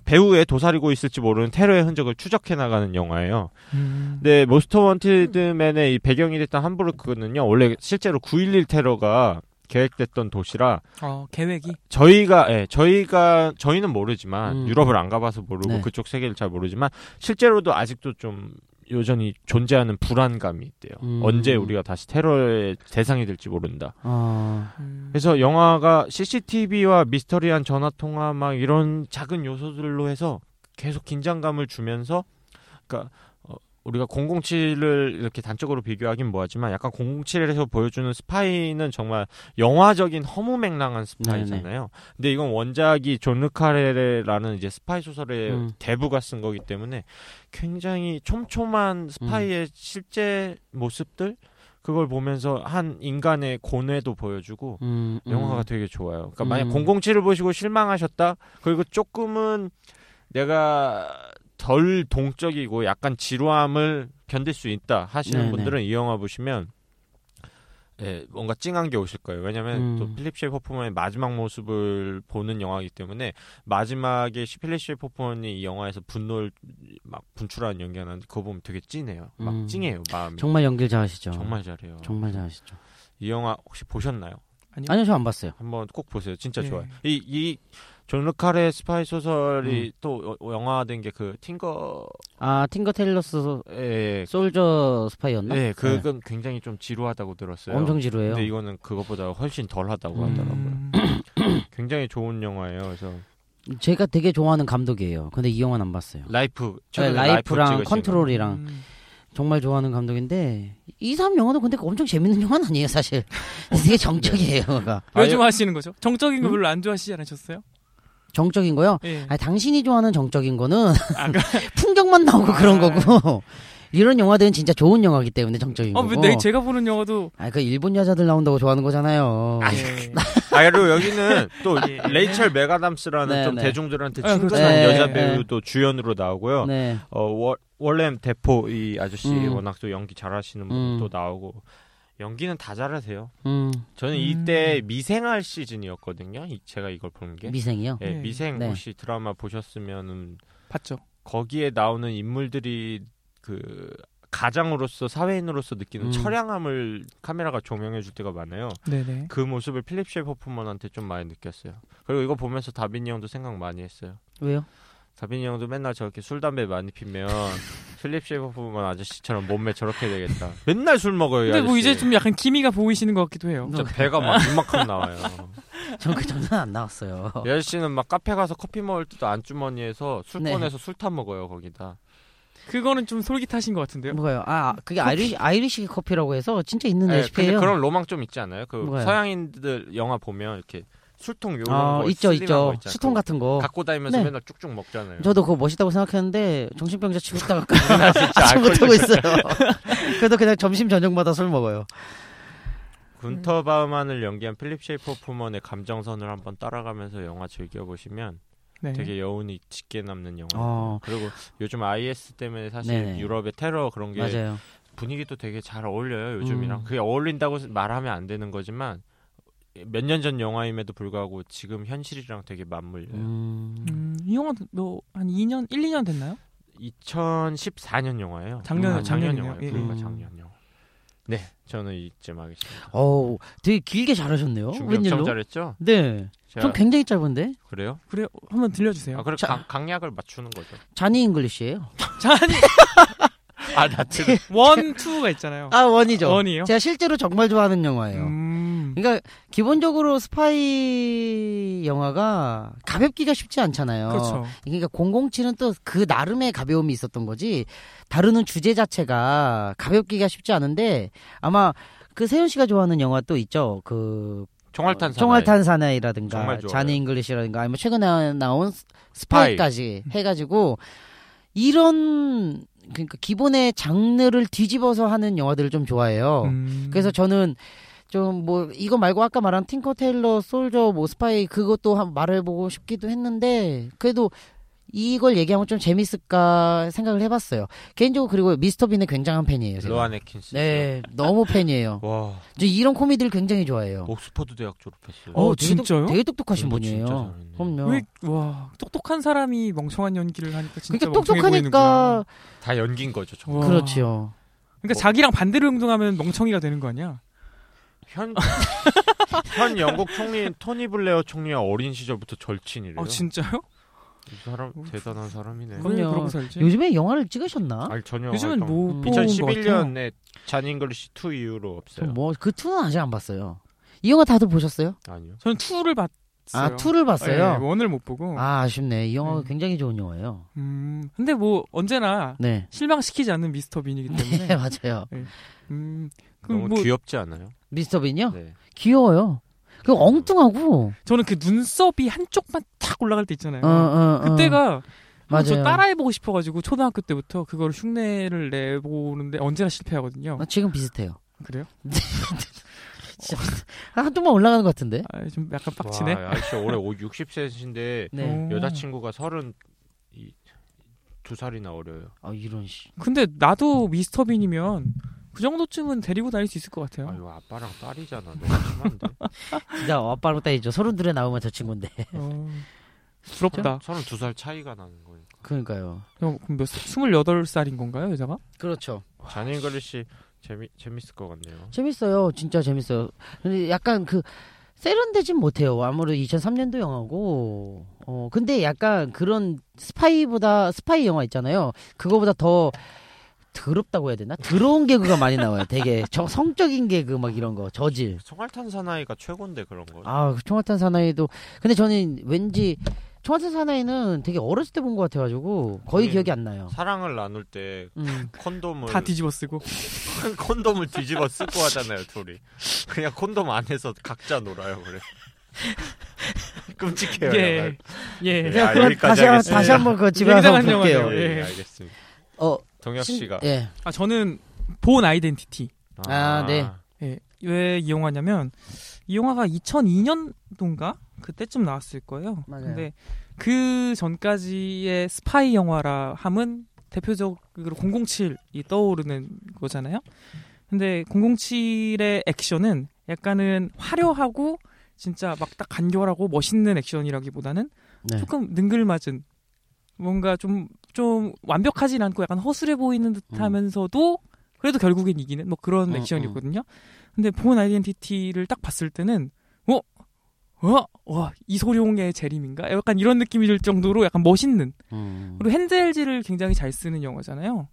Speaker 3: 배우의 도사리고 있을지 모르는 테러의 흔적을 추적해 나가는 영화예요.
Speaker 2: 음.
Speaker 3: 네, 모스터 원티드맨의 이 배경이 됐던 함부르크는요. 원래 실제로 9.11 테러가 계획됐던 도시라
Speaker 2: 어, 계획이.
Speaker 3: 저희가 예, 저희가 저희는 모르지만
Speaker 1: 음.
Speaker 3: 유럽을 안 가봐서 모르고
Speaker 1: 네.
Speaker 3: 그쪽 세계를 잘 모르지만 실제로도 아직도 좀 여전히 존재하는 불안감이 있대요.
Speaker 1: 음.
Speaker 3: 언제 우리가 다시 테러의 대상이 될지 모른다.
Speaker 1: 어,
Speaker 2: 음.
Speaker 3: 그래서 영화가 CCTV와 미스터리한 전화 통화 막 이런 작은 요소들로 해서 계속 긴장감을 주면서 그러니까 어, 우리가 007을 이렇게 단적으로 비교하긴 뭐하지만 약간 007에서 보여주는 스파이는 정말 영화적인 허무맹랑한 스파이잖아요. 근데 이건 원작이 존 르카레라는 이제 스파이 소설의
Speaker 1: 음.
Speaker 3: 대부가 쓴 거기 때문에 굉장히 촘촘한 스파이의 실제 모습들 그걸 보면서 한 인간의 고뇌도 보여주고
Speaker 1: 음, 음.
Speaker 3: 영화가 되게 좋아요. 그러니까 만약
Speaker 1: 음.
Speaker 3: 007을 보시고 실망하셨다. 그리고 조금은 내가 덜 동적이고 약간 지루함을 견딜 수 있다 하시는
Speaker 1: 네네.
Speaker 3: 분들은 이 영화 보시면 예, 뭔가 찡한 게 오실 거예요. 왜냐하면
Speaker 1: 음.
Speaker 3: 또 필립 셰퍼포먼의 마지막 모습을 보는 영화이기 때문에 마지막에 시- 필립 셰퍼포먼이 이 영화에서 분노를 막 분출하는 연기 하는데 그거 보면 되게 찐해요. 막
Speaker 1: 음.
Speaker 3: 찡해요 마음이.
Speaker 1: 정말 연기를 잘하시죠.
Speaker 3: 정말 잘해요.
Speaker 1: 정말 잘하시죠.
Speaker 3: 이 영화 혹시 보셨나요? 네.
Speaker 1: 아니요, 저 안 봤어요.
Speaker 3: 한번 꼭 보세요. 진짜
Speaker 2: 예.
Speaker 3: 좋아요. 이 이존 르카레 스파이
Speaker 1: 음.
Speaker 3: 소설이 또 어- 영화화된 게 그 팅거
Speaker 1: 아, 팅거 테일러스
Speaker 3: 예.
Speaker 1: 솔저 스파이였나?
Speaker 3: 네, 그건 굉장히 좀 지루하다고
Speaker 1: 네.
Speaker 3: 들었어요.
Speaker 1: 예. 엄청 지루해요.
Speaker 3: 근데 이거는 그것보다 훨씬 덜하다고
Speaker 1: 음.
Speaker 3: 하더라고요.
Speaker 2: 음.
Speaker 3: 굉장히 좋은 영화예요. 그래서
Speaker 1: 제가 되게 좋아하는 감독이에요. 근데 이 영화는 안 봤어요.
Speaker 3: 라이프
Speaker 1: 네,
Speaker 3: 최근에 라이프
Speaker 1: 라이프랑
Speaker 3: 찍으신 거.
Speaker 1: 컨트롤이랑
Speaker 2: 음.
Speaker 1: 정말 좋아하는 감독인데 2, 3 영화도 근데 엄청 재밌는 영화는 아니에요 사실 되게 정적이에요 영화가
Speaker 2: 왜
Speaker 3: 아예-
Speaker 2: 좋아하시는 거죠? 정적인
Speaker 3: 음?
Speaker 2: 거 별로 안 좋아하시지 않으셨어요?
Speaker 1: 정적인 거요?
Speaker 2: 예.
Speaker 1: 아 당신이 좋아하는 정적인 거는
Speaker 2: 아, 그-
Speaker 1: 풍경만 나오고 그런
Speaker 2: 아.
Speaker 1: 거고 이런 영화들은 진짜 좋은 영화기 때문에 정적인
Speaker 2: 어,
Speaker 1: 거고
Speaker 2: 뭐, 내, 제가 보는 영화도
Speaker 1: 아 그 일본 여자들 나온다고 좋아하는 거잖아요
Speaker 2: 예.
Speaker 3: 아 그리고 여기는 또
Speaker 2: 예.
Speaker 3: 레이첼 메가담스라는
Speaker 1: 네,
Speaker 3: 좀
Speaker 1: 네.
Speaker 3: 대중들한테
Speaker 2: 아, 그렇죠.
Speaker 3: 친근한
Speaker 1: 네,
Speaker 3: 여자
Speaker 1: 네.
Speaker 3: 배우도 주연으로 나오고요.
Speaker 1: 네.
Speaker 3: 어 월, 월렘 대포 이 아저씨
Speaker 1: 음.
Speaker 3: 워낙 또 연기 잘하시는
Speaker 1: 음.
Speaker 3: 분도 나오고 연기는 다 잘하세요.
Speaker 1: 음,
Speaker 3: 저는
Speaker 2: 음.
Speaker 3: 이때 미생할 시즌이었거든요. 이- 제가 이걸 보는 게
Speaker 1: 미생이요
Speaker 3: 예,
Speaker 2: 네.
Speaker 3: 미생
Speaker 1: 네.
Speaker 3: 혹시 드라마 보셨으면
Speaker 2: 봤죠.
Speaker 3: 거기에 나오는 인물들이 그 가장으로서 사회인으로서 느끼는
Speaker 1: 음.
Speaker 3: 처량함을 카메라가 조명해 줄 때가 많아요.
Speaker 2: 네네.
Speaker 3: 그 모습을 필립 셰퍼프먼한테 좀 많이 느꼈어요. 그리고 이거 보면서 다빈이 형도 생각 많이 했어요.
Speaker 1: 왜요?
Speaker 3: 다빈이 형도 맨날 저렇게 술 담배 많이 피면 필립 셰퍼프먼 아저씨처럼 몸매 저렇게 되겠다. 맨날 술 먹어요. 이
Speaker 2: 근데 뭐
Speaker 3: 아저씨.
Speaker 2: 이제 좀 약간 기미가 보이시는 것 같기도 해요.
Speaker 1: 음.
Speaker 3: 진짜 배가 막 이만큼 나와요.
Speaker 1: 전그 장난 안 나왔어요
Speaker 3: 이 아저씨는 막 카페 가서 커피 먹을 때도 안주머니에서 술
Speaker 1: 네.
Speaker 3: 꺼내서 술 타 먹어요 거기다.
Speaker 2: 그거는 좀 솔깃하신 것
Speaker 3: 예.
Speaker 2: 같은데요.
Speaker 1: 뭐가요? 아 그게 아이리, 아이리식 커피라고 해서 진짜 있는
Speaker 3: 예, 근데
Speaker 1: 레시피예요
Speaker 3: 그런 로망 좀 있지 않아요? 그
Speaker 1: 네, 뭐가요?
Speaker 3: 서양인들 영화 보면 이렇게 술통 요런
Speaker 1: 아,
Speaker 3: 거
Speaker 1: 있죠
Speaker 3: 슬림한 거
Speaker 1: 있죠
Speaker 3: 있잖아요. 그
Speaker 1: 수통 같은 거
Speaker 3: 갖고 다니면서
Speaker 1: 네.
Speaker 3: 맨날 쭉쭉 먹잖아요.
Speaker 1: 저도 그거 멋있다고 생각했는데 정신병자 취급다가
Speaker 3: 알코올
Speaker 1: 아침부터 고 있어요. 그래도 그냥 점심 저녁마다 술 먹어요.
Speaker 3: 군터바우만을 연기한 필립 셰이퍼프먼의 감정선을 한번 따라가면서 영화 즐겨보시면
Speaker 2: 네.
Speaker 3: 되게 여운이 짙게 남는 영화.
Speaker 1: 어.
Speaker 3: 그리고 요즘 IS 때문에 사실
Speaker 1: 네네.
Speaker 3: 유럽의 테러 그런 게
Speaker 1: 맞아요.
Speaker 3: 분위기도 되게 잘 어울려요 요즘이랑.
Speaker 1: 음.
Speaker 3: 그게 어울린다고 말하면 안 되는 거지만 몇 년 전 영화임에도 불구하고 지금 현실이랑 되게 맞물려요.
Speaker 1: 음,
Speaker 2: 음, 이 영화 뭐한 2년, 1, 2년 됐나요?
Speaker 3: 2014년 영화예요.
Speaker 2: 작년-
Speaker 3: 아, 작년
Speaker 2: 작년이네요.
Speaker 3: 영화예요.
Speaker 2: 예,
Speaker 3: 그러니까
Speaker 1: 예.
Speaker 3: 작년 영화. 네, 저는 이쯤 하겠습니다.
Speaker 1: 어우, 되게 길게 잘하셨네요.
Speaker 3: 중경청
Speaker 1: 어, 웬일로?
Speaker 3: 잘했죠?
Speaker 1: 네.
Speaker 3: 제가
Speaker 1: 좀 굉장히 짧은데
Speaker 3: 그래요?
Speaker 2: 그래 한번 들려주세요.
Speaker 3: 아, 그- 그래
Speaker 1: 자-
Speaker 3: 강, 강약을 맞추는 거죠.
Speaker 1: 자니 잉글리시예요.
Speaker 2: 잔
Speaker 3: 아, 나
Speaker 2: 예.
Speaker 3: 지금
Speaker 2: 원, 투가 있잖아요.
Speaker 1: 아 원이죠.
Speaker 2: 어. 원이요?
Speaker 1: 제가 실제로 정말 좋아하는 영화예요.
Speaker 2: 음.
Speaker 1: 그러니까 기본적으로 스파이 영화가 가볍기가 쉽지 않잖아요.
Speaker 2: 그렇죠.
Speaker 1: 그러니까 007은 또 그 나름의 가벼움이 있었던 거지 다루는 주제 자체가 가볍기가 쉽지 않은데 아마 그 세윤 씨가 좋아하는 영화 또 있죠 그
Speaker 3: 총알탄 사나이.
Speaker 1: 총알탄 사나이라든가
Speaker 3: 정말 좋아요.
Speaker 1: 자니 잉글리시라든가 아니면 최근에 나온 스- 스파이까지 해가지고 이런 그러니까 기본의 장르를 뒤집어서 하는 영화들을 좀 좋아해요.
Speaker 2: 음.
Speaker 1: 어. 그래서 저는 좀 뭐 이거 말고 아까 말한 팅커 테일러 솔저 뭐 스파이 그것도 한 말해보고 싶기도 했는데 그래도 이걸 얘기하면 좀 재밌을까 생각을 해봤어요. 개인적으로 그리고 미스터 빈의 굉장한 팬이에요. 제가.
Speaker 3: 로안 에킨스.
Speaker 1: 네, 너무
Speaker 2: 어.
Speaker 1: 팬이에요.
Speaker 3: 와,
Speaker 1: 저 이런 코미디를 굉장히 좋아해요.
Speaker 3: 옥스퍼드 대학 졸업했어요.
Speaker 2: 어,
Speaker 1: 되게 똑-
Speaker 2: 진짜요? 어,
Speaker 1: 되게 똑똑하신
Speaker 3: 공부 진짜
Speaker 1: 분이에요.
Speaker 3: 잘했네.
Speaker 1: 그럼요.
Speaker 2: 왜, 와, 똑똑한 사람이 멍청한 연기를 하니까 진짜
Speaker 1: 그러니까
Speaker 2: 멍청해
Speaker 1: 똑똑하니까
Speaker 3: 다 연기인 거죠. 정말.
Speaker 2: 보이는구나. 와.
Speaker 1: 그렇지요.
Speaker 2: 그러니까
Speaker 3: 뭐.
Speaker 2: 자기랑 반대로 행동하면 멍청이가 되는 거 아니야?
Speaker 3: 현, 현 영국 총리인 토니 블레어 총리와 어린 시절부터 절친이래요.
Speaker 2: 아 진짜요?
Speaker 3: 이 사람 대단한 사람이네.
Speaker 1: 그럼요.
Speaker 2: 왜 그러고 살지?
Speaker 1: 요즘에 영화를 찍으셨나?
Speaker 3: 아니 전혀.
Speaker 2: 요즘은
Speaker 3: 활동-
Speaker 2: 뭐
Speaker 1: 음.
Speaker 2: 뽑은 것 같아요.
Speaker 3: 2011년에 잔잉글리시 2 이후로 없어요.
Speaker 1: 뭐그 투는 아직 안 봤어요. 이 영화 다들 보셨어요?
Speaker 3: 아니요.
Speaker 2: 저는 2를 봤어요.
Speaker 1: 아 투를 봤어요.
Speaker 2: 네, 1을 못 보고.
Speaker 1: 아 아쉽네. 이 영화 가
Speaker 2: 음.
Speaker 1: 굉장히 좋은 영화예요.
Speaker 2: 음, 근데 뭐 언제나
Speaker 1: 네.
Speaker 2: 실망시키지 않는 미스터 빈이기
Speaker 1: 네
Speaker 2: 때문에.
Speaker 1: 맞아요.
Speaker 2: 음, 그럼
Speaker 3: 너무
Speaker 2: 뭐
Speaker 3: 귀엽지 않아요?
Speaker 1: 미스터 빈요?
Speaker 3: 네.
Speaker 1: 귀여워요. 그 엉뚱하고.
Speaker 2: 저는 그 눈썹이 한쪽만 탁 올라갈 때 있잖아요.
Speaker 1: 어, 어, 어.
Speaker 2: 네. 그때가
Speaker 1: 맞아요.
Speaker 2: 저 따라해보고 싶어가지고 초등학교 때부터 그걸 흉내를 내보는데 언제나 실패하거든요.
Speaker 1: 아, 지금 비슷해요.
Speaker 2: 그래요?
Speaker 1: 아, 한두 번 올라가는 것 같은데.
Speaker 2: 아, 좀 약간 빡치네.
Speaker 3: 와, 아저씨 올해 60세신데
Speaker 1: 네.
Speaker 2: 어.
Speaker 3: 여자친구가 32 살이나 어려요.
Speaker 1: 아 이런 씨.
Speaker 2: 근데 나도 미스터 빈이면 그 정도쯤은 데리고 다닐 수 있을 것 같아요.
Speaker 3: 아유 아빠랑 딸이잖아. 너무 심한데.
Speaker 1: 진짜 아빠로 따지죠. 서른 둘에 나오면 저 친구인데.
Speaker 2: 어, 부럽다.
Speaker 3: 32살 차이가 나는 거니까.
Speaker 1: 그러니까요.
Speaker 2: 그럼 몇 스물여덟 살인 건가요 여자가?
Speaker 1: 그렇죠.
Speaker 3: 잔잉글리시 재미 재밌을 것 같네요.
Speaker 1: 재밌어요. 진짜 재밌어요. 근데 약간 그 세련되진 못해요. 아무래도 2003년도 영화고. 어 근데 약간 그런 스파이보다 스파이 영화 있잖아요. 그거보다 더 더럽다고 해야 되나? 더러운 개그가 많이 나와요. 되게 저 성적인 개그 막 이런 거 저질. 아,
Speaker 3: 송알탄 사나이가 최고인데 그런 거.
Speaker 1: 아그 총알탄 사나이도. 근데 저는 왠지 청와대 사나이는 되게 어렸을 때 본 것 같아가지고 거의
Speaker 3: 음.
Speaker 1: 기억이 안 나요.
Speaker 3: 사랑을 나눌 때
Speaker 1: 음.
Speaker 3: 콘돔을
Speaker 2: 다 뒤집어 쓰고
Speaker 3: 콘돔을 뒤집어 쓰고 하잖아요 둘이 그냥 콘돔 안에서 각자 놀아요 그래 끔찍해요
Speaker 2: 예예
Speaker 3: 네, 아,
Speaker 1: 그럼
Speaker 3: 여기까지
Speaker 1: 다시 한,
Speaker 3: 하겠습니다.
Speaker 1: 다시 한번 그 집에
Speaker 2: 굉장한
Speaker 1: 가서 볼게요.
Speaker 3: 약간.
Speaker 2: 영화네요.
Speaker 3: 예, 예,
Speaker 2: 예.
Speaker 3: 알겠습니다
Speaker 1: 어,
Speaker 3: 동혁
Speaker 1: 신-
Speaker 3: 씨가
Speaker 1: 예.
Speaker 2: 아 저는 본 아이덴티티
Speaker 1: 아, 네.
Speaker 2: 예. 왜 이 영화냐면 이 영화가 2002년도인가 그때쯤 나왔을 거예요.
Speaker 1: 맞아요.
Speaker 2: 근데 그 전까지의 스파이 영화라 함은 대표적으로 007이 떠오르는 거잖아요. 근데 007의 액션은 약간은 화려하고 진짜 막 딱 간결하고 멋있는 액션이라기보다는
Speaker 1: 네.
Speaker 2: 조금 능글맞은 뭔가 좀, 좀 완벽하진 않고 약간 허술해 보이는 듯
Speaker 1: 음.
Speaker 2: 하면서도 그래도 결국엔 이기는 뭐 그런
Speaker 1: 음,
Speaker 2: 액션이었거든요. 근데 본 아이덴티티를 딱 봤을 때는 어? 어? 와, 이소룡의 재림인가? 약간 이런 느낌이 들 정도로 약간 멋있는
Speaker 1: 음.
Speaker 2: 그리고 핸드헬지를 굉장히 잘 쓰는 영화잖아요.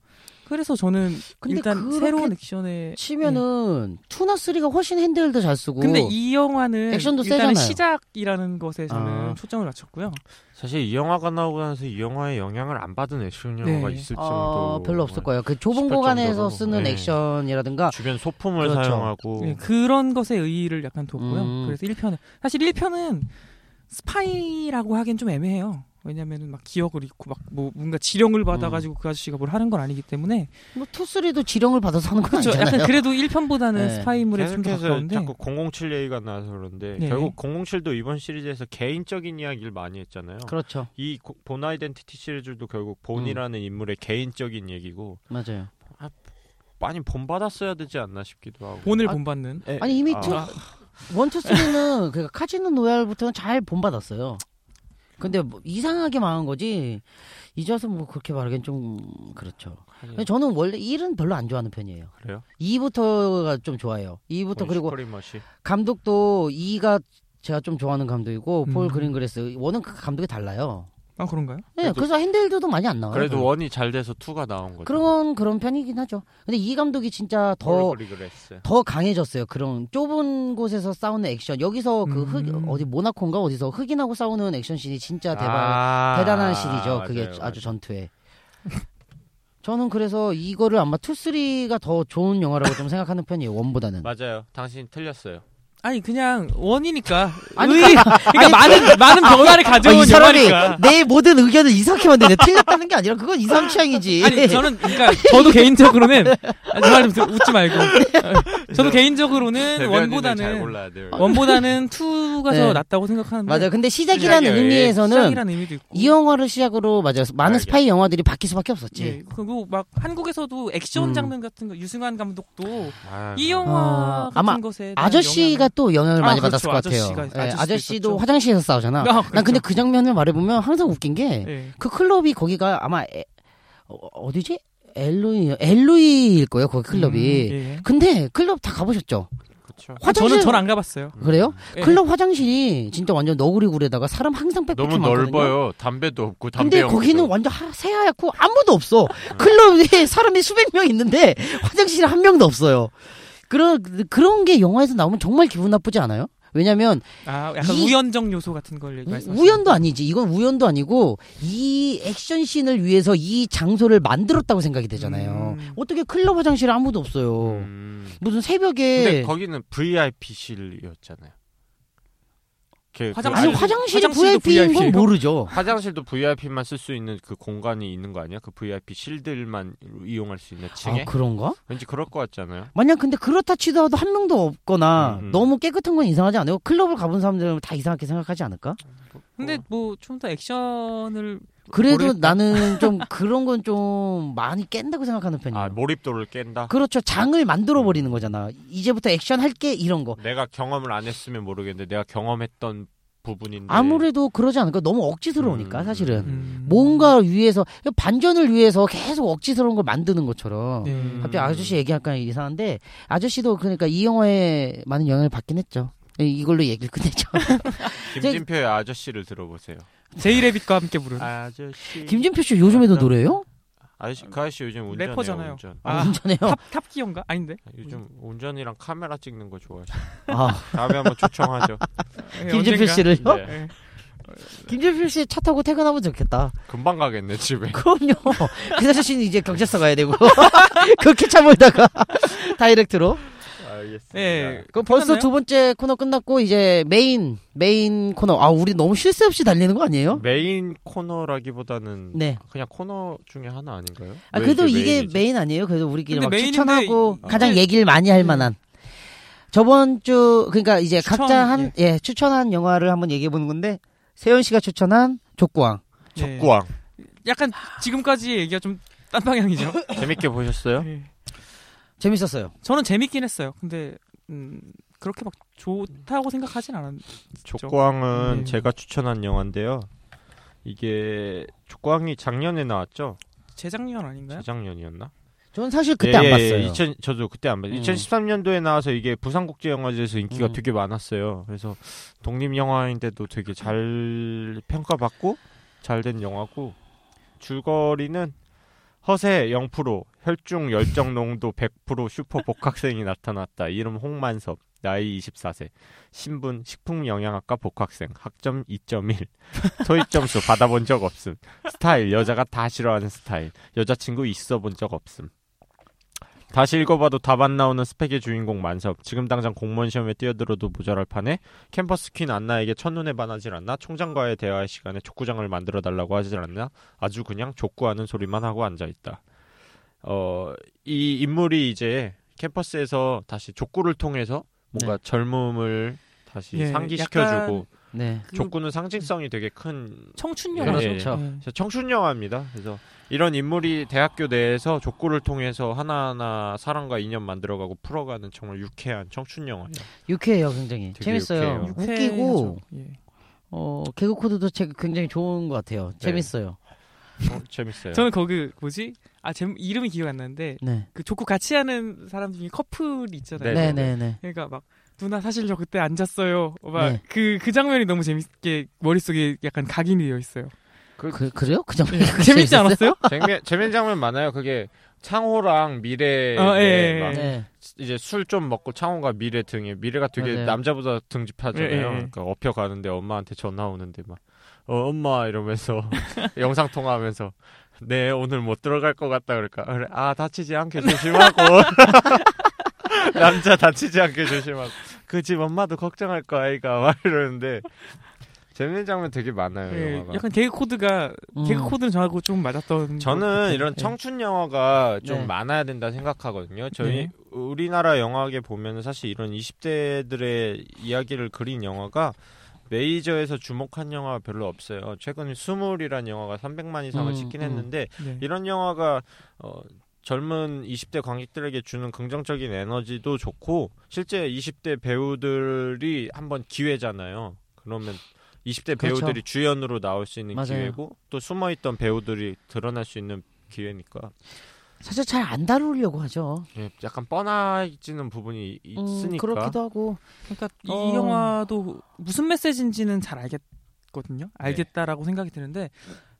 Speaker 2: 그래서 저는
Speaker 1: 근데
Speaker 2: 일단
Speaker 1: 그렇게
Speaker 2: 새로운 액션에
Speaker 1: 치면은 투나 쓰리가 훨씬 핸들도 잘 쓰고.
Speaker 2: 음. 근데 이 영화는
Speaker 1: 액션도
Speaker 2: 일단은
Speaker 1: 세잖아요.
Speaker 2: 시작이라는 것에 저는
Speaker 1: 아.
Speaker 2: 초점을 맞췄고요.
Speaker 3: 사실 이 영화가 나오고 나서 이 영화에 영향을 안 받은 액션 영화가
Speaker 2: 네.
Speaker 3: 있을
Speaker 1: 어,
Speaker 3: 정도
Speaker 1: 별로 없을 거예요. 그 좁은
Speaker 3: 싶을
Speaker 1: 공간에서
Speaker 3: 뭐 정도로.
Speaker 1: 쓰는
Speaker 3: 네.
Speaker 1: 액션이라든가
Speaker 3: 주변 소품을
Speaker 1: 그렇죠.
Speaker 3: 사용하고
Speaker 2: 네, 그런 것에 의의를 약간 뒀고요.
Speaker 1: 음.
Speaker 2: 그래서 1편은 사실 1편은 스파이라고 하기엔 좀 애매해요. 왜냐면은 막 기억을 잃고 막 뭐 뭔가 지령을 받아가지고 그 아저씨가 뭘 하는 건 아니기 때문에
Speaker 1: 뭐 투쓰리도 지령을 받아서 하는 건
Speaker 2: 그렇죠.
Speaker 1: 아니잖아요.
Speaker 2: 약간 그래도 1편보다는
Speaker 1: 네.
Speaker 2: 스파이물에 좀더
Speaker 3: 계속해서
Speaker 2: 가까운데
Speaker 3: 자꾸 007 얘기가 나서 그런데
Speaker 2: 네.
Speaker 3: 결국 007도 이번 시리즈에서 개인적인 이야기를 많이 했잖아요.
Speaker 1: 그렇죠.
Speaker 3: 이 본 아이덴티티 시리즈도 결국
Speaker 2: 음.
Speaker 3: 본이라는 인물의 개인적인 얘기고
Speaker 1: 맞아요.
Speaker 3: 많이 본받았어야 되지 않나 싶기도 하고.
Speaker 2: 본을
Speaker 1: 아,
Speaker 2: 본받는
Speaker 3: 예.
Speaker 1: 아니, 이미
Speaker 3: 아,
Speaker 1: 투- 원투 쓰리는 그러니까 카지노 노얄부터는 잘 본받았어요. 근데 뭐 이상하게 망한 거지. 이제 와서 뭐 그렇게 말하기엔 좀 그렇죠.
Speaker 3: 아니,
Speaker 1: 저는 원래 1은 별로 안 좋아하는 편이에요.
Speaker 3: 그래요?
Speaker 1: 2부터가 좀 좋아요. 2부터 그리고
Speaker 3: 슈퍼리 머시.
Speaker 1: 감독도 2가 제가 좀 좋아하는 감독이고 폴
Speaker 2: 음.
Speaker 1: 그린그레스 원은 그 감독이 달라요.
Speaker 2: 아 그런가요?
Speaker 1: 네,
Speaker 3: 그래도-
Speaker 1: 그래서 핸들도도 많이 안 나와요.
Speaker 2: 음.
Speaker 3: 그래도 원이 잘 돼서 투가 나온 거죠.
Speaker 1: 아. 그런 그런 편이긴 하죠. 근데 이 감독이 진짜 더 더
Speaker 3: 리그레스.
Speaker 1: 강해졌어요. 그런 좁은 곳에서 싸우는 액션. 여기서 그 흑,
Speaker 2: 음.
Speaker 1: 어디 모나코인가 어디서 흑인하고 싸우는 액션 씬이 진짜 대박
Speaker 3: 아,
Speaker 1: 대단한 씬이죠. 그게 아주 전투에. 저는 그래서 이거를 아마 투 쓰리가 더 좋은 영화라고 좀 생각하는 편이에요. 원보다는.
Speaker 3: 맞아요. 당신 틀렸어요.
Speaker 2: 아니 그냥 원이니까
Speaker 1: 아니,
Speaker 2: 의, 그러니까 많은 많은 변화를
Speaker 1: 아,
Speaker 2: 가져온
Speaker 1: 이 사람이
Speaker 2: 영화니까.
Speaker 1: 내 모든 의견을 이상하게 만드네. 틀렸다는 게 아니라 그건 이상 취향이지.
Speaker 2: 아니 저는 그러니까 저도 개인적으로는 아, 정말 좀 웃지 말고 저도 개인적으로는
Speaker 3: 대변인을 네, 잘
Speaker 2: 네, 아, 원보다는
Speaker 3: 골라야 돼요.
Speaker 1: 어,
Speaker 2: 원보다는 투가 더
Speaker 1: 네.
Speaker 2: 낫다고 생각하는데
Speaker 1: 맞아요. 근데 시작이라는
Speaker 3: 시작이에요.
Speaker 1: 의미에서는
Speaker 2: 예. 시작이라는 의미도 있고
Speaker 1: 이 영화를 시작으로 맞아요. 많은
Speaker 3: 알겠-
Speaker 1: 스파이 영화들이 바뀔 수밖에 없었지.
Speaker 2: 예, 그리고 막 한국에서도 액션
Speaker 1: 음.
Speaker 2: 장면 같은 거 유승환 감독도
Speaker 3: 아,
Speaker 2: 이 영화
Speaker 1: 아,
Speaker 2: 같은
Speaker 1: 아마
Speaker 2: 것에 대한
Speaker 1: 아저씨가 또 영향을
Speaker 2: 아,
Speaker 1: 많이
Speaker 2: 그렇죠.
Speaker 1: 받았을 것 같아요.
Speaker 2: 아저씨가-
Speaker 1: 예,
Speaker 2: 아저씨도
Speaker 1: 아저씨도
Speaker 2: 있었죠.
Speaker 1: 화장실에서 싸우잖아.
Speaker 2: 아,
Speaker 1: 난 근데
Speaker 2: 그렇죠.
Speaker 1: 그 장면을 말해보면 항상 웃긴 게 그
Speaker 2: 예.
Speaker 1: 클럽이 거기가 아마 에- 어, 어디지? 엘로이 엘로이일 거예요. 거기 클럽이.
Speaker 2: 음, 예.
Speaker 1: 근데 클럽 다 가보셨죠?
Speaker 3: 그렇죠.
Speaker 1: 화장실
Speaker 2: 저는 전 안 가봤어요.
Speaker 1: 그래요?
Speaker 2: 예.
Speaker 1: 클럽 화장실이 진짜 완전 너구리 굴에다가 사람 항상 빽빽해
Speaker 3: 너무
Speaker 1: 많거든요.
Speaker 3: 넓어요. 담배도 없고 담배
Speaker 1: 근데
Speaker 3: 연기도
Speaker 1: 거기는 완전 하- 새하얗고 아무도 없어. 클럽에 사람이 수백 명 있는데 화장실에 한 명도 없어요. 그런 그런 게 영화에서 나오면 정말 기분 나쁘지 않아요? 왜냐면
Speaker 2: 아, 약간
Speaker 1: 이-
Speaker 2: 우연적 요소 같은 걸
Speaker 1: 우-
Speaker 2: 네, 말씀하시는
Speaker 1: 우연도 아니지. 이건 우연도 아니고 이 액션 씬을 위해서 이 장소를 만들었다고 생각이 되잖아요.
Speaker 2: 음.
Speaker 1: 어떻게 클럽 화장실에 아무도 없어요.
Speaker 3: 음.
Speaker 1: 무슨
Speaker 3: 근데
Speaker 1: 새벽에
Speaker 3: 거기는 VIP실이었잖아요. 그,
Speaker 2: 화장실-
Speaker 1: 아니
Speaker 3: 아니,
Speaker 2: 아니,
Speaker 1: 화장실이
Speaker 2: 화장실도
Speaker 1: VIP인 건
Speaker 2: VIP.
Speaker 1: 모르죠.
Speaker 3: 화장실도 VIP만 쓸 수 있는 그 공간이 있는 거 아니야? 그 VIP 실들만 이용할 수 있는 층에?
Speaker 1: 아 그런가?
Speaker 3: 왠지 그럴 것 같잖아요.
Speaker 1: 만약 근데 그렇다 치더라도 한 명도 없거나
Speaker 3: 음, 음.
Speaker 1: 너무 깨끗한 건 이상하지 않아요? 클럽을 가본 사람들은 다 이상하게 생각하지 않을까?
Speaker 2: 근데 뭐 좀 더 액션을
Speaker 3: 뭐
Speaker 1: 그래도
Speaker 2: 모르겠다.
Speaker 1: 나는 좀 그런 건 좀 많이 깬다고 생각하는 편이에요.
Speaker 3: 아 음. 몰입도를 깬다.
Speaker 1: 그렇죠. 장을 만들어 버리는 거잖아. 이제부터 액션 할게 이런 거.
Speaker 3: 내가 경험을 안 했으면 모르겠는데 내가 경험했던 부분인데
Speaker 1: 아무래도 그러지 않을까? 너무 억지스러우니까
Speaker 3: 음.
Speaker 1: 사실은
Speaker 2: 음.
Speaker 1: 뭔가 위해서 반전을 위해서 계속 억지스러운 걸 만드는 것처럼.
Speaker 2: 네.
Speaker 3: 음.
Speaker 1: 갑자기 아저씨 얘기할까 이상한데 아저씨도 그러니까 이 영화에 많은 영향을 받긴 했죠. 이- 이걸로 얘기를 끝내죠.
Speaker 3: 김진표의 아저씨를 들어보세요.
Speaker 2: 제이레빗과 함께 부른
Speaker 3: 아저씨
Speaker 1: 김진표 씨 요즘에도
Speaker 3: 맞다.
Speaker 1: 노래요?
Speaker 3: 아저씨 그 아저씨 요즘 운전해요.
Speaker 2: 래퍼잖아요.
Speaker 3: 운전.
Speaker 2: 아.
Speaker 1: 운전해요.
Speaker 2: 탑 탑기어인가? 아닌데.
Speaker 3: 요즘 운전이랑 카메라 찍는 거 좋아하시.
Speaker 1: 아,
Speaker 3: 다음에 한번 초청하죠.
Speaker 2: 예,
Speaker 1: 김진표
Speaker 2: 언젠가.
Speaker 1: 씨를요?
Speaker 3: 네.
Speaker 2: 예.
Speaker 1: 김재필 씨 차 타고 퇴근하면 좋겠다.
Speaker 3: 금방 가겠네 집에.
Speaker 1: 그럼요. 그 자신이 이제 경찰서 가야 되고 그렇게 차 몰다가 다이렉트로.
Speaker 3: 알겠습니다.
Speaker 2: 네.
Speaker 1: 그럼 벌써
Speaker 2: 끝났나요?
Speaker 1: 두 번째 코너 끝났고 이제 메인 메인 코너. 아 우리 너무 쉴 새 없이 달리는 거 아니에요?
Speaker 3: 메인 코너라기보다는
Speaker 1: 어? 네.
Speaker 3: 그냥 코너 중에 하나 아닌가요?
Speaker 1: 아
Speaker 3: 왜
Speaker 1: 그래도 이게
Speaker 3: 메인이지?
Speaker 1: 메인 아니에요? 그래도 우리끼리
Speaker 2: 근데
Speaker 1: 막
Speaker 2: 메인인데
Speaker 1: 추천하고
Speaker 2: 이-
Speaker 1: 가장
Speaker 2: 이게-
Speaker 1: 얘기를 많이 네. 할 만한. 저번 주 그러니까 이제
Speaker 2: 추천,
Speaker 1: 각자 한 예 추천한 영화를 한번 얘기해 보는 건데 세현 씨가 추천한 족구왕.
Speaker 2: 네.
Speaker 3: 꾸왕
Speaker 2: 약간 지금까지 얘기가 좀 딴 방향이죠.
Speaker 3: 재밌게 보셨어요?
Speaker 2: 네.
Speaker 1: 재밌었어요.
Speaker 2: 저는 재밌긴 했어요. 근데 음, 그렇게 막 좋다고 생각하진 않았.
Speaker 3: 족광은
Speaker 2: 네.
Speaker 3: 제가 추천한 영화인데요. 이게 족광이 작년에 나왔죠?
Speaker 2: 재작년 아닌가요?
Speaker 3: 재작년이었나?
Speaker 1: 저는 사실 그때
Speaker 3: 예,
Speaker 1: 안 봤어요.
Speaker 3: 2000, 저도 그때 안 봤어요.
Speaker 1: 음.
Speaker 3: 2013년도에 나와서 이게 부산국제영화제에서 인기가
Speaker 1: 음.
Speaker 3: 되게 많았어요. 그래서 독립영화인데도 되게 잘 평가받고 잘 된 영화고 줄거리는 허세 0%, 혈중 열정 농도 100% 슈퍼 복학생이 나타났다. 이름 홍만섭. 나이 24세. 신분 식품영양학과 복학생. 학점 2.1. 토익 점수 받아본 적 없음. 스타일 여자가 다 싫어하는 스타일. 여자친구 있어 본 적 없음. 다시 읽어봐도 답 안 나오는 스펙의 주인공 만섭. 지금 당장 공무원 시험에 뛰어들어도 모자랄 판에 캠퍼스 퀸 안나에게 첫눈에 반하질 않나? 총장과의 대화 시간에 족구장을 만들어 달라고 하질 않나? 아주 그냥 족구하는 소리만 하고 앉아 있다. 어, 이 인물이 이제 캠퍼스에서 다시 족구를 통해서 뭔가 젊음을 다시
Speaker 2: 네. 예,
Speaker 3: 상기시켜주고
Speaker 1: 네.
Speaker 2: 그
Speaker 3: 족구는 상징성이 되게 큰
Speaker 2: 청춘 영화.
Speaker 3: 예,
Speaker 1: 그렇죠.
Speaker 2: 네.
Speaker 3: 그래서 청춘 영화입니다. 그래서 이런 인물이 대학교 내에서 족구를 통해서 하나하나 사랑과 인연 만들어가고 풀어가는 정말 유쾌한 청춘 영화예요.
Speaker 1: 유쾌해요, 굉장히.
Speaker 3: 되게
Speaker 1: 재밌어요.
Speaker 3: 유쾌해요.
Speaker 1: 웃기고
Speaker 2: 유쾌하죠. 예.
Speaker 1: 어, 개그 코드도 제- 굉장히 좋은 것 같아요.
Speaker 3: 네.
Speaker 1: 재밌어요.
Speaker 3: 어, 재밌어요.
Speaker 2: 저는 거기 뭐지? 아, 제 이름이 기억 안 나는데
Speaker 1: 네.
Speaker 2: 그 좋고 같이 하는 사람 중에 커플이 있잖아요.
Speaker 1: 네,
Speaker 3: 네,
Speaker 1: 네,
Speaker 3: 네,
Speaker 1: 네.
Speaker 2: 그러니까 막 누나 사실 저 그때 앉았어요.
Speaker 1: 네.
Speaker 2: 막그그 장면이 너무 재밌게 머릿속에 약간 각인이 되어 있어요.
Speaker 1: 그 그래요? 그
Speaker 3: 네.
Speaker 1: 장면.
Speaker 2: 재밌지
Speaker 1: 재밌어요?
Speaker 2: 않았어요?
Speaker 3: 재미 재밌는 장면 많아요. 그게 창호랑 미래
Speaker 2: 어,
Speaker 3: 이제
Speaker 2: 예,
Speaker 3: 막
Speaker 2: 예, 예.
Speaker 1: 네.
Speaker 3: 이제 술 좀 먹고 창호가 미래 등에 미래가 되게
Speaker 1: 아, 네.
Speaker 3: 남자보다 등집하잖아요.
Speaker 2: 예, 예, 예.
Speaker 3: 그러니까 업혀 가는데 엄마한테 전화 오는데 막 어, 엄마 이러면서 영상 통화하면서 네 오늘 못 들어갈 것 같다 그러니까 그래 아 다치지 않게 조심하고 남자 다치지 않게 조심하고 그 집 엄마도 걱정할 거 아이가 막 이러는데 재밌는 장면 되게 많아요.
Speaker 2: 예,
Speaker 3: 영화가.
Speaker 2: 약간 개그 코드가
Speaker 1: 음.
Speaker 2: 개그 코드는 저하고 좀 맞았던. 것
Speaker 3: 저는
Speaker 2: 같아요.
Speaker 3: 이런
Speaker 2: 예.
Speaker 3: 청춘 영화가 좀
Speaker 1: 네.
Speaker 3: 많아야 된다 생각하거든요. 저희
Speaker 2: 네.
Speaker 3: 우리나라 영화계 보면 사실 이런 20대들의 이야기를 그린 영화가 메이저에서 주목한 영화가 별로 없어요. 최근에 스물이란 영화가 300만 이상을
Speaker 1: 음,
Speaker 3: 찍긴
Speaker 1: 음.
Speaker 3: 했는데
Speaker 2: 네.
Speaker 3: 이런 영화가 어, 젊은 20대 관객들에게 주는 긍정적인 에너지도 좋고 실제 20대 배우들이 한번 기회잖아요. 그러면 20대
Speaker 1: 그렇죠.
Speaker 3: 배우들이 주연으로 나올 수 있는
Speaker 1: 맞아요.
Speaker 3: 기회고 또 숨어있던 배우들이 드러날 수 있는 기회니까
Speaker 1: 사실 잘 안 다루려고 하죠.
Speaker 3: 예, 약간 뻔해지는 부분이
Speaker 1: 음,
Speaker 3: 있으니까
Speaker 1: 그렇기도 하고.
Speaker 2: 그러니까 이
Speaker 1: 어.
Speaker 2: 영화도 무슨 메시지인지는 잘 알겠거든요. 알겠다라고 생각이 드는데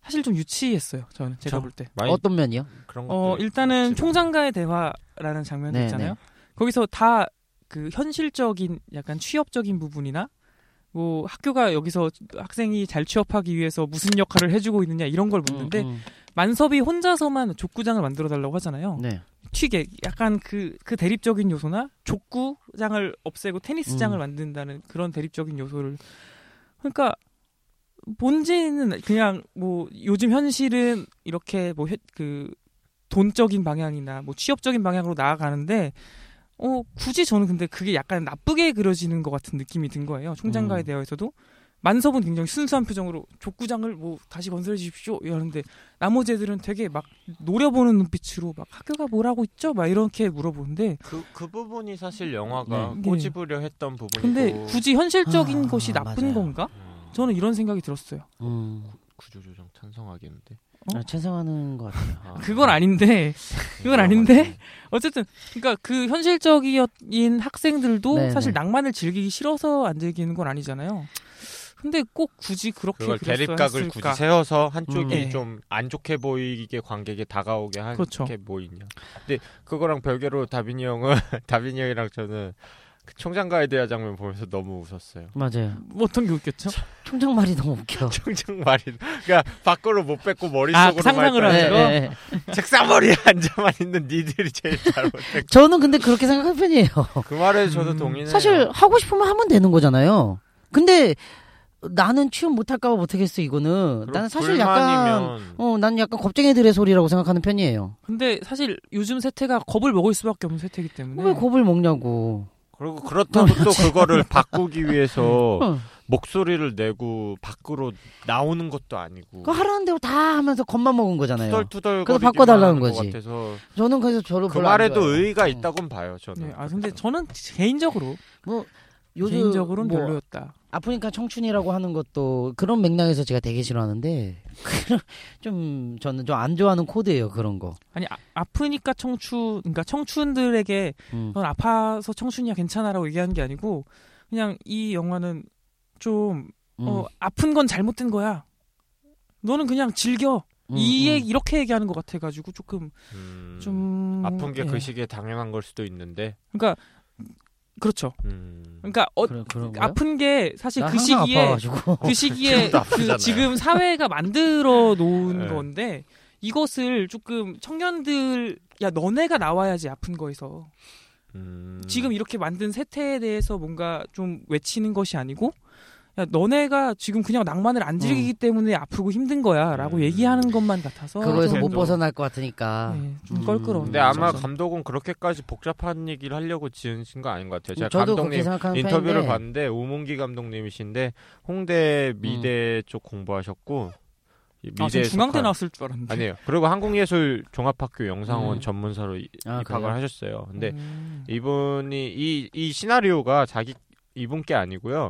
Speaker 2: 사실 좀 유치했어요. 저는 제가
Speaker 3: 저-
Speaker 2: 볼 때.
Speaker 3: 많이
Speaker 1: 어떤 면이요?
Speaker 3: 그런 것들
Speaker 2: 어 일단은 총장과의 대화라는 장면이
Speaker 1: 네,
Speaker 2: 있잖아요. 거기서 다 그 현실적인 약간 취업적인 부분이나 뭐 학교가 여기서 학생이 잘 취업하기 위해서 무슨 역할을 해주고 있느냐 이런 걸 묻는데
Speaker 1: 음,
Speaker 2: 만섭이 혼자서만 족구장을 만들어 달라고 하잖아요.
Speaker 1: 음. 네.
Speaker 2: 튀게 약간 그 그 대립적인 요소나 족구장을 없애고 테니스장을
Speaker 1: 음.
Speaker 2: 만든다는 그런 대립적인 요소를 그러니까 본질은 그냥 뭐 요즘 현실은 이렇게 뭐 그 돈적인 방향이나 뭐 취업적인 방향으로 나아가는데 어 굳이 저는 근데 그게 약간 나쁘게 그려지는 것 같은 느낌이 든 거예요 총장과의
Speaker 1: 음.
Speaker 2: 대화에서도 만섭은 굉장히 순수한 표정으로 족구장을 뭐 다시 건설해 주십시오 이러는데 나머지 애들은 되게 막 노려보는 눈빛으로 막 학교가 뭐라고 있죠? 막 이렇게 물어보는데
Speaker 3: 그, 그 부분이 사실 영화가
Speaker 2: 네.
Speaker 3: 꼬집으려 했던 부분이고
Speaker 2: 근데 굳이 현실적인
Speaker 1: 어. 아,
Speaker 2: 것이 나쁜
Speaker 1: 맞아요.
Speaker 2: 건가?
Speaker 3: 음,
Speaker 2: 저는 이런 생각이 들었어요.
Speaker 1: 음.
Speaker 3: 구조조정 찬성하겠는데
Speaker 2: 어?
Speaker 1: 아, 찬성하는 것 같아요.
Speaker 3: 아, 네,
Speaker 2: 그건 아닌데 그건 아닌데? 어쨌든 그러니까 그 현실적인 학생들도
Speaker 1: 네,
Speaker 2: 사실
Speaker 1: 네.
Speaker 2: 낭만을 즐기기 싫어서 안 즐기는 건 아니잖아요. 근데 꼭 굳이 그렇게
Speaker 3: 그걸
Speaker 2: 그렸어야
Speaker 3: 대립각을
Speaker 2: 했을까?
Speaker 3: 굳이 세워서 한쪽이
Speaker 2: 음.
Speaker 3: 좀 안 좋게 보이게 관객에 다가오게 하게
Speaker 2: 그렇죠.
Speaker 3: 보이냐. 근데 그거랑 별개로 다빈이 형은 다빈이 형이랑 저는 그 총장과에 대한 장면 보면서 너무 웃었어요.
Speaker 1: 맞아요.
Speaker 2: 뭐 어떤 게 웃겼죠?
Speaker 1: 총장 말이 너무 웃겨.
Speaker 3: 총장 말이 그러니까 밖으로 못 뱉고
Speaker 2: 아,
Speaker 3: 머릿속으로
Speaker 2: 그 상상을
Speaker 3: 말했다는
Speaker 2: 하는
Speaker 3: 거.
Speaker 2: 거?
Speaker 1: 예, 예.
Speaker 3: 책상머리에 앉아만 있는 니들이 제일 잘못했고
Speaker 1: 저는 근데 그렇게 생각하는 편이에요.
Speaker 3: 그 말에 저도
Speaker 2: 음,
Speaker 3: 동의해요.
Speaker 1: 사실 하고 싶으면 하면 되는 거잖아요. 근데 나는 취업 못할까봐 못하겠어 이거는. 나는 사실 약간 어, 난 약간 겁쟁이들의 소리라고 생각하는 편이에요.
Speaker 2: 근데 사실 요즘 세태가 겁을 먹을 수밖에 없는 세태이기 때문에
Speaker 1: 왜 겁을 먹냐고.
Speaker 3: 그리고 그렇다고 또 그거를 바꾸기 위해서
Speaker 1: 어.
Speaker 3: 목소리를 내고 밖으로 나오는 것도 아니고
Speaker 1: 그 하라는 대로 다 하면서 겁만 먹은 거잖아요.
Speaker 3: 투덜투덜
Speaker 1: 그래서 바꿔달라는 거지.
Speaker 3: 같아서
Speaker 1: 저는 그래서 저를
Speaker 3: 그
Speaker 1: 별로 안
Speaker 3: 말에도
Speaker 1: 좋아해요.
Speaker 3: 의의가
Speaker 1: 어.
Speaker 3: 있다고는 봐요 저는.
Speaker 2: 네, 아 근데 저는 개인적으로
Speaker 1: 뭐 요즘
Speaker 2: 개인적으로는
Speaker 1: 뭐
Speaker 2: 별로였다.
Speaker 1: 아프니까 청춘이라고 하는 것도 그런 맥락에서 제가 되게 싫어하는데 그런 좀 저는 좀 안 좋아하는 코드예요 그런 거.
Speaker 2: 아니 아, 프니까 청춘, 그러니까 청춘들에게
Speaker 1: 음.
Speaker 2: 넌 아파서 청춘이야 괜찮아라고 얘기하는 게 아니고 그냥 이 영화는 좀
Speaker 1: 음,
Speaker 2: 어, 아픈 건 잘못된 거야. 너는 그냥 즐겨.
Speaker 1: 음,
Speaker 2: 이
Speaker 1: 음.
Speaker 2: 얘기 이렇게 얘기하는 것 같아가지고 조금
Speaker 3: 음,
Speaker 2: 좀
Speaker 3: 아픈 게 그
Speaker 2: 예.
Speaker 3: 시기에 당연한 걸 수도 있는데.
Speaker 2: 그러니까 그렇죠.
Speaker 3: 음.
Speaker 2: 그러니까 어,
Speaker 1: 그런 그런 거요?
Speaker 2: 아픈 게 사실
Speaker 1: 나
Speaker 2: 그
Speaker 1: 항상
Speaker 2: 시기에
Speaker 1: 아파가지고.
Speaker 3: 어,
Speaker 2: 그 시기에
Speaker 3: 지금도
Speaker 2: 그
Speaker 3: 아프잖아요.
Speaker 2: 지금 사회가 만들어 놓은
Speaker 3: 네.
Speaker 2: 건데 이것을 조금 청년들 야 너네가 나와야지 아픈 거에서
Speaker 3: 음.
Speaker 2: 지금 이렇게 만든 세태에 대해서 뭔가 좀 외치는 것이 아니고 야 너네가 지금 그냥 낭만을 안 즐기기 때문에 아프고 힘든 거야라고
Speaker 3: 음.
Speaker 2: 얘기하는 것만 같아서
Speaker 1: 그거에서 뭐-
Speaker 2: 좀-
Speaker 1: 못
Speaker 3: 그래도-
Speaker 1: 벗어날 것 같으니까.
Speaker 2: 네, 좀
Speaker 1: 음.
Speaker 2: 껄끄러운
Speaker 3: 근데 아마
Speaker 2: 점점.
Speaker 3: 감독은 그렇게까지 복잡한 얘기를 하려고 지으신 거 아닌 것 같아요. 제가
Speaker 1: 저도
Speaker 3: 감독님
Speaker 1: 그렇게 생각하는
Speaker 3: 인터뷰를
Speaker 1: 편인데.
Speaker 3: 봤는데 우문기 감독님이신데
Speaker 1: 음.
Speaker 3: 홍대 미대 쪽 공부하셨고 이
Speaker 2: 아, 전
Speaker 3: 미대에
Speaker 2: 중앙대
Speaker 3: 속한-
Speaker 2: 나왔을 줄 알았는데
Speaker 3: 아니에요. 그리고 한국예술종합학교 영상원
Speaker 1: 음.
Speaker 3: 전문사로 이-
Speaker 1: 아,
Speaker 3: 입학을
Speaker 1: 그래요?
Speaker 3: 하셨어요. 근데
Speaker 2: 음.
Speaker 3: 이분이 이, 이 시나리오가 자기 이분께 아니고요.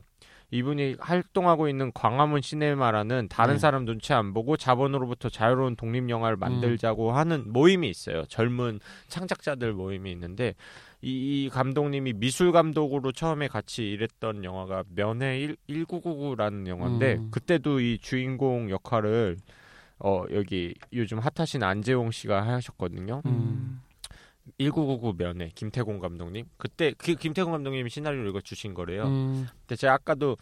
Speaker 3: 이분이 활동하고 있는 광화문 시네마라는 다른
Speaker 1: 네. 음.
Speaker 3: 사람 눈치 안 보고 자본으로부터 자유로운 독립 영화를 만들자고 하는 모임이 있어요. 젊은 창작자들 모임이 있는데 이, 이 감독님이 미술 감독으로 처음에 같이 일했던 영화가 면회 1, 1999라는 영화인데
Speaker 1: 음.
Speaker 3: 그때도 이 주인공 역할을 어 여기 요즘 핫하신 안재홍 씨가 하셨거든요.
Speaker 2: 음.
Speaker 3: 1999 면회 김태공 감독님 그때 그 김태공 감독님이 시나리오를 읽어 주신 거래요.
Speaker 1: 음,
Speaker 3: 근데 제가 아까도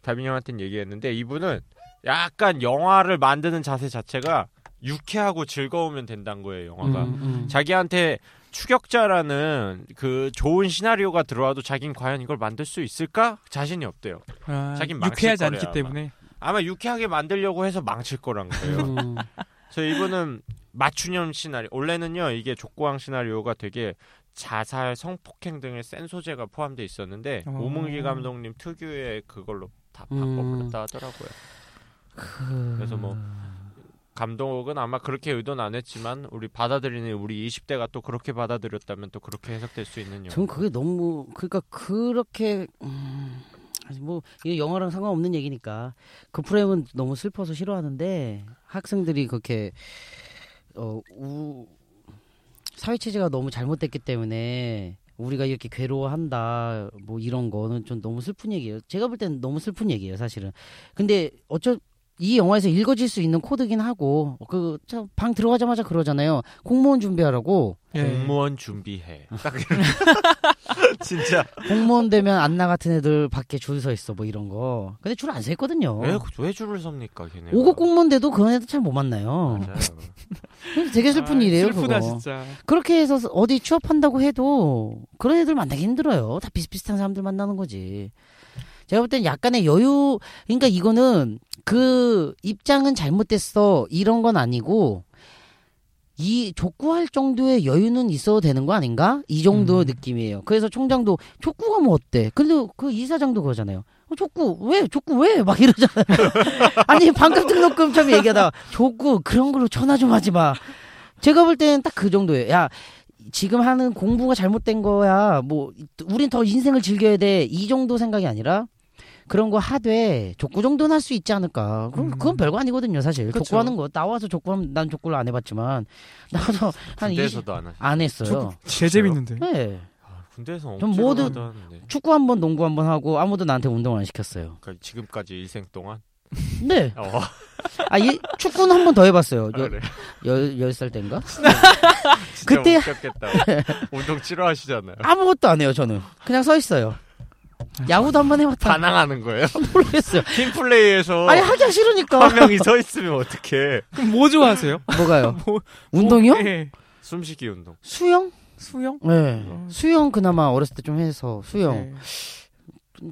Speaker 3: 다빈 형한테 얘기했는데 이분은 약간 영화를 만드는 자세 자체가 유쾌하고 즐거우면 된다는 거예요. 영화가
Speaker 1: 음, 음.
Speaker 3: 자기한테 추격자라는 그 좋은 시나리오가 들어와도 자긴 과연 이걸 만들 수 있을까 자신이 없대요.
Speaker 2: 아,
Speaker 3: 자긴 망칠
Speaker 2: 유쾌하지
Speaker 3: 거래요,
Speaker 2: 않기
Speaker 3: 아마.
Speaker 2: 때문에
Speaker 3: 아마 유쾌하게 만들려고 해서 망칠 거란 거예요.
Speaker 1: 음.
Speaker 3: 그래서 이분은 맞춤형 시나리오 원래는요 이게 족고왕 시나리오가 되게 자살 성폭행 등의 센 소재가 포함돼 있었는데
Speaker 2: 어.
Speaker 3: 오문기 감독님 특유의 그걸로 다
Speaker 1: 음.
Speaker 3: 바꿔버렸다 하더라고요 그래서 뭐
Speaker 1: 아.
Speaker 3: 감독은 아마 그렇게 의도는 안 했지만 우리 받아들이는 우리 20대가 또 그렇게 받아들였다면 또 그렇게 해석될 수 있는 영화
Speaker 1: 전 그게 너무 그러니까 그렇게 음, 아니, 뭐 이게 영화랑 상관없는 얘기니까 그 프레임은 너무 슬퍼서 싫어하는데 학생들이 그렇게 어우 사회 체제가 너무 잘못됐기 때문에 우리가 이렇게 괴로워한다 뭐 이런 거는 좀 너무 슬픈 얘기예요. 제가 볼 때는 너무 슬픈 얘기예요, 사실은. 근데 어쩔 이 영화에서 읽어질 수 있는 코드긴 하고 그 방 들어가자마자 그러잖아요. 공무원 준비하라고
Speaker 2: 예.
Speaker 3: 네. 공무원 준비해 딱 이런 진짜
Speaker 1: 공무원 되면 안나 같은 애들 밖에 줄 서 있어 뭐 이런 거. 근데 줄 안 서 있거든요.
Speaker 3: 왜, 그, 왜 줄을 섭니까 걔네
Speaker 1: 어. 오급 공무원 돼도 그런 애들 잘 못 만나요. 그래서 되게 슬픈
Speaker 2: 아,
Speaker 1: 일이에요
Speaker 2: 슬프다
Speaker 1: 그거.
Speaker 2: 진짜
Speaker 1: 그렇게 해서 어디 취업한다고 해도 그런 애들 만나기 힘들어요. 다 비슷비슷한 사람들 만나는 거지. 제가 볼 땐 약간의 여유, 그러니까 이거는 그 입장은 잘못됐어 이런 건 아니고 이 족구할 정도의 여유는 있어도 되는 거 아닌가? 이 정도
Speaker 2: 음.
Speaker 1: 느낌이에요. 그래서 총장도 족구가 뭐 어때? 근데 그 이사장도 그러잖아요. 어, 족구 왜 족구 왜 막 이러잖아요. 아니 반값 등록금 참 얘기하다 가 족구 그런 걸로 전화 좀 하지 마. 제가 볼 때는 딱 그 정도예요. 야 지금 하는 공부가 잘못된 거야. 뭐 우린 더 인생을 즐겨야 돼. 이 정도 생각이 아니라 그런 거 하되 족구 정도는 할 수 있지 않을까. 그럼
Speaker 2: 음.
Speaker 1: 그건 별거 아니거든요, 사실.
Speaker 2: 그쵸.
Speaker 1: 족구하는 거 나와서 족구하면 난 족구를 안 해봤지만 나와서 한 20...
Speaker 3: 군대에서도 안 하시
Speaker 1: 안 했어요.
Speaker 2: 제 재밌는데
Speaker 1: 네.
Speaker 3: 아, 군대에서
Speaker 1: 전
Speaker 3: 엄청
Speaker 1: 모든-
Speaker 3: 하는데
Speaker 1: 축구 한 번, 농구 한 번 하고 아무도 나한테 운동을 안 시켰어요.
Speaker 3: 그러니까 지금까지 일생 동안
Speaker 1: 네.
Speaker 3: 어,
Speaker 1: 아, 이 축구는 한 번 더 해봤어요.
Speaker 3: 아,
Speaker 1: 열,
Speaker 3: 그래.
Speaker 1: 열, 열 살 때인가?
Speaker 3: 진짜
Speaker 1: 그때-
Speaker 3: 웃겼겠다. 운동 싫어하시잖아요.
Speaker 1: 아무것도 안 해요, 저는. 그냥 서 있어요. 야구도 한 번 해봤다.
Speaker 3: 반항하는 거예요.
Speaker 1: 모르겠어요.
Speaker 3: 팀 플레이에서
Speaker 1: 아니, 하기 싫으니까.
Speaker 3: 한 명이 서 있으면 어떡해?
Speaker 2: 그럼 뭐 좋아하세요?
Speaker 1: 뭐가요?
Speaker 2: 뭐-
Speaker 1: 운동이요?
Speaker 2: 뭐, 예.
Speaker 3: 숨쉬기 운동.
Speaker 1: 수영?
Speaker 2: 수영?
Speaker 1: 네.
Speaker 2: 어.
Speaker 1: 수영 그나마 어렸을 때 좀 해서 수영.
Speaker 2: 예.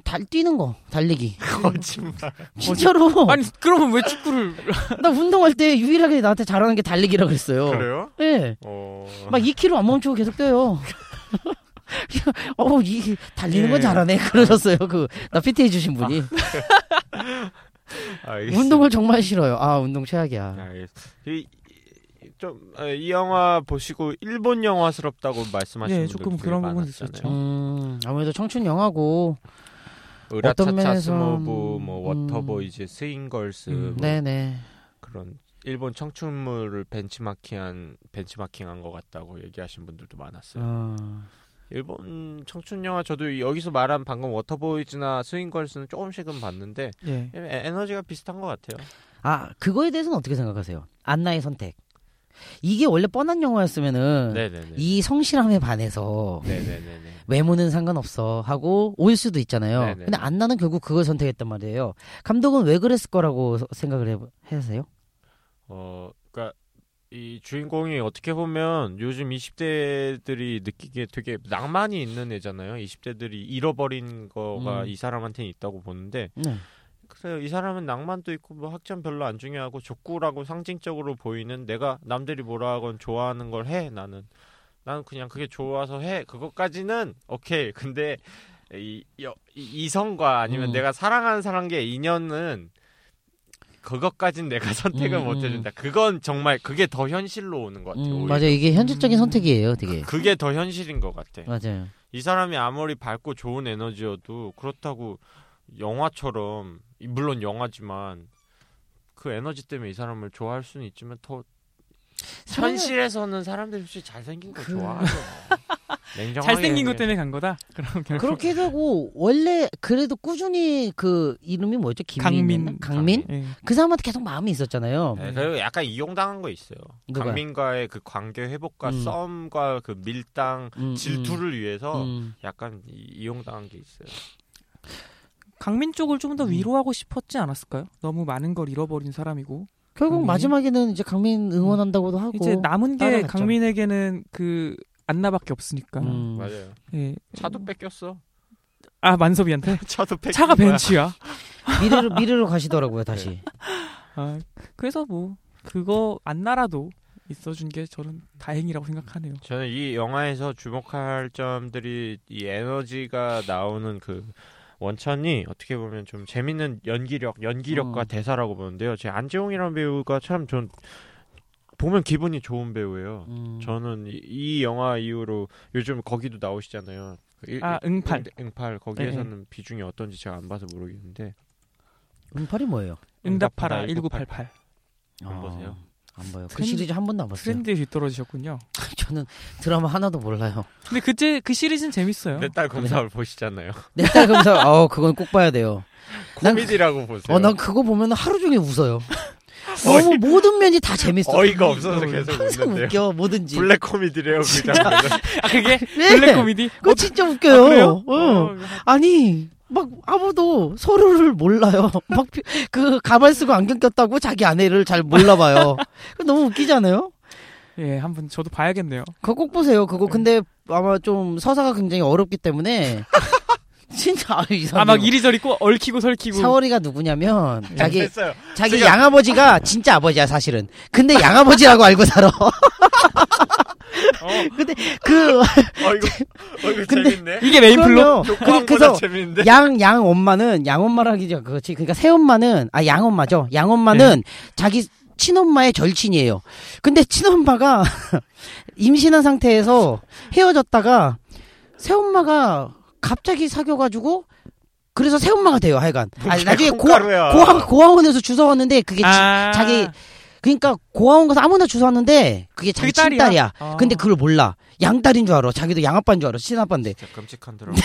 Speaker 1: 달 뛰는 거, 달리기.
Speaker 3: 거짓말.
Speaker 1: 진짜로.
Speaker 2: 아니 그러면 왜 축구를
Speaker 1: 나 운동할 때 유일하게 나한테 잘하는 게 달리기라 그랬어요.
Speaker 3: 그래요?
Speaker 1: 예.
Speaker 3: 어.
Speaker 1: 막 2kg 안 멈추고 계속 뛰어요. 어, 이 달리는 건
Speaker 2: 예.
Speaker 1: 잘하네. 그러셨어요. 그 나 PT 해 주신 분이.
Speaker 3: 알겠습니다.
Speaker 1: 운동을 정말 싫어요. 아, 운동 최악이야.
Speaker 3: 알겠습니다. 이, 이- 좀, 아, 이 영화 보시고 일본 영화스럽다고 말씀하시는
Speaker 1: 네,
Speaker 2: 예,
Speaker 3: 분들
Speaker 2: 조금 그런 부분도 있었죠.
Speaker 1: 음, 아무래도 청춘 영화고. 어떤
Speaker 3: 으라차차
Speaker 1: 면에서,
Speaker 3: 스모브, 뭐
Speaker 1: 음.
Speaker 3: 워터보이즈, 스윙걸스
Speaker 2: 음,
Speaker 3: 뭐
Speaker 1: 네, 네.
Speaker 3: 그런 일본 청춘물을 벤치마킹한 벤치마킹한 것 같다고 얘기하신 분들도 많았어요.
Speaker 1: 어.
Speaker 3: 일본 청춘 영화 저도 여기서 말한 방금 워터보이즈나 스윙걸스는 조금씩은 봤는데
Speaker 2: 예.
Speaker 3: 에- 에너지가 비슷한 것 같아요.
Speaker 1: 아, 그거에 대해서는 어떻게 생각하세요? 안나의 선택. 이게 원래 뻔한 영화였으면은
Speaker 3: 네네네.
Speaker 1: 이 성실함에 반해서
Speaker 3: 네네네네.
Speaker 1: 외모는 상관없어 하고 올 수도 있잖아요.
Speaker 3: 네네.
Speaker 1: 근데 안나는 결국 그걸 선택했단 말이에요. 감독은 왜 그랬을 거라고 서- 생각을 해, 하세요?
Speaker 3: 어, 그러니까 이 주인공이 어떻게 보면 요즘 20대들이 느끼기에 되게 낭만이 있는 애잖아요. 20대들이 잃어버린 거가
Speaker 1: 음.
Speaker 3: 이 사람한테는 있다고 보는데
Speaker 1: 네.
Speaker 3: 그래요. 이 사람은 낭만도 있고 뭐 학점 별로 안 중요하고 족구라고 상징적으로 보이는 내가 남들이 뭐라 하건 좋아하는 걸 해. 나는 나는 그냥 그게 좋아서 해. 그것까지는 오케이. 근데 이, 여- 이 이성과 아니면
Speaker 1: 음.
Speaker 3: 내가 사랑하는 사람과의 인연은 그것까진 내가 선택을
Speaker 1: 음,
Speaker 3: 못 해준다. 그건 정말 그게 더 현실로 오는 것 같아요.
Speaker 1: 음,
Speaker 3: 오히려.
Speaker 1: 맞아요. 이게 현실적인
Speaker 2: 음.
Speaker 1: 선택이에요, 되게.
Speaker 3: 그게 더 현실인 것 같아.
Speaker 1: 맞아요.
Speaker 3: 이 사람이 아무리 밝고 좋은 에너지여도 그렇다고 영화처럼 이- 물론 영화지만 그 에너지 때문에 이 사람을 좋아할 수는 있지만 더
Speaker 1: 사랑은-
Speaker 3: 현실에서는 사람들이 솔직히 잘생긴 거
Speaker 1: 그-
Speaker 3: 좋아하죠. 냉정하게
Speaker 2: 잘생긴 것
Speaker 3: 얘기해.
Speaker 2: 때문에 간 거다. 그럼 결국
Speaker 1: 그렇게 되고 원래 그래도 꾸준히 그 이름이 뭐였죠? 김민
Speaker 2: 강민.
Speaker 1: 강민?
Speaker 2: 예.
Speaker 1: 그 사람한테 계속 마음이 있었잖아요.
Speaker 3: 네, 그리고 약간 이용당한 거 있어요.
Speaker 1: 누가?
Speaker 3: 강민과의 그 관계 회복과
Speaker 1: 음.
Speaker 3: 썸과 그 밀당
Speaker 1: 음,
Speaker 3: 질투를 위해서
Speaker 1: 음.
Speaker 3: 약간 이, 용당한게 있어요.
Speaker 2: 강민 쪽을 좀 더
Speaker 1: 음.
Speaker 2: 위로하고 싶었지 않았을까요? 너무 많은 걸 잃어버린 사람이고
Speaker 1: 결국
Speaker 2: 강민?
Speaker 1: 마지막에는 이제 강민 응원한다고도 하고
Speaker 2: 음. 이제 남은 게
Speaker 1: 따라갔죠.
Speaker 2: 강민에게는 그 안나밖에 없으니까.
Speaker 1: 음.
Speaker 3: 맞아요.
Speaker 2: 예.
Speaker 3: 차도 뺏겼어.
Speaker 2: 아 만섭이한테
Speaker 3: 차도 뺏긴
Speaker 2: 차가
Speaker 3: 거야.
Speaker 2: 벤츠야.
Speaker 1: 미래로 미래로 가시더라고요 다시.
Speaker 3: 네.
Speaker 2: 아, 그래서 뭐 그거 안나라도 있어준 게 저는 다행이라고 생각하네요.
Speaker 3: 저는 이 영화에서 주목할 점들이 이 에너지가 나오는 그 원천이 어떻게 보면 좀 재밌는 연기력, 연기력과
Speaker 1: 음.
Speaker 3: 대사라고 보는데요. 제 안지홍이라는 배우가 참 전 보면 기분이 좋은 배우예요.
Speaker 1: 음.
Speaker 3: 저는 이, 이 영화 이후로 요즘 거기도 나오시잖아요. 그 일-
Speaker 2: 아 응팔.
Speaker 3: 응- 응팔 거기에서는 비중이 어떤지 제가 안 봐서 모르겠는데
Speaker 1: 응팔이 뭐예요?
Speaker 2: 응답하라
Speaker 3: 응답하라
Speaker 2: 1988.
Speaker 3: 안 보세요?
Speaker 1: 안 봐요. 아, 그
Speaker 2: 트렌드-
Speaker 1: 시리즈 한 번도 안 봤어요.
Speaker 2: 트렌드에 뒤떨어지셨군요.
Speaker 1: 저는 드라마 하나도 몰라요.
Speaker 2: 근데 그때 그 시리즈는 재밌어요.
Speaker 3: 내 딸 검사를 보시잖아요.
Speaker 1: 넷달 검사, 어, 그건 꼭 봐야 돼요. 난-
Speaker 3: 코미디라고 보세요.
Speaker 1: 어, 난 그거 보면 하루 종일 웃어요. 너무 모든 면이 다 재밌어.
Speaker 3: 어이가 없어서 계속
Speaker 1: 항상
Speaker 3: 웃는데요.
Speaker 1: 웃겨, 뭐든지.
Speaker 3: 블랙 코미디래요, 그 장면은.
Speaker 2: 아 그게
Speaker 1: 네.
Speaker 2: 블랙 코미디?
Speaker 1: 그거 진짜 웃겨요.
Speaker 2: 아, 그래요?
Speaker 1: 어. 아니, 막 아무도 서로를 몰라요. 막 그 가발 쓰고 안경 꼈다고 자기 아내를 잘 몰라봐요. 그거 너무 웃기잖아요.
Speaker 2: 예, 한번 저도 봐야겠네요. 아,
Speaker 1: 그거 꼭 보세요. 그거 근데 아마 좀 서사가 굉장히 어렵기 때문에 진짜 아유,
Speaker 2: 아
Speaker 1: 이상해. 뭐
Speaker 2: 막 이리저리 꼭 얽히고 설키고.
Speaker 1: 사월이가 누구냐면 자기
Speaker 3: 됐어요.
Speaker 1: 자기
Speaker 3: 예. 제가-
Speaker 1: 양아버지가 진짜 아버지야 사실은. 근데 양아버지라고 알고 살아.
Speaker 3: 어,
Speaker 1: 그
Speaker 3: 어 이거 어 이거
Speaker 1: 근데-
Speaker 3: 재밌네.
Speaker 2: 이게 메인 플롯?
Speaker 1: 그럼요.
Speaker 3: 욕광보다
Speaker 1: 그래서
Speaker 3: 재밌는데.
Speaker 1: 양, 양 엄마는, 양 엄마라기죠. 그렇지. 그러니까 새 엄마는, 아, 양 엄마죠. 양 엄마는 자기 친엄마의 절친이에요. 근데 친엄마가 임신한 상태에서 헤어졌다가 새 엄마가 갑자기 사귀어가지고 그래서 새 엄마가 돼요. 하여간. 아, 나중에 고아,
Speaker 3: 콩가루야.
Speaker 1: 고아, 고아원에서 주워왔는데 그게 지-
Speaker 2: 아,
Speaker 1: 자기, 그러니까 고아원 가서 아무나 주워왔는데 그게 자기
Speaker 2: 그게 딸이야?
Speaker 1: 친딸이야.
Speaker 2: 아.
Speaker 1: 근데 그걸 몰라. 양딸인 줄 알아. 자기도 양아빠인 줄 알아. 친아빠인데.
Speaker 3: 진짜 끔찍한 드라마.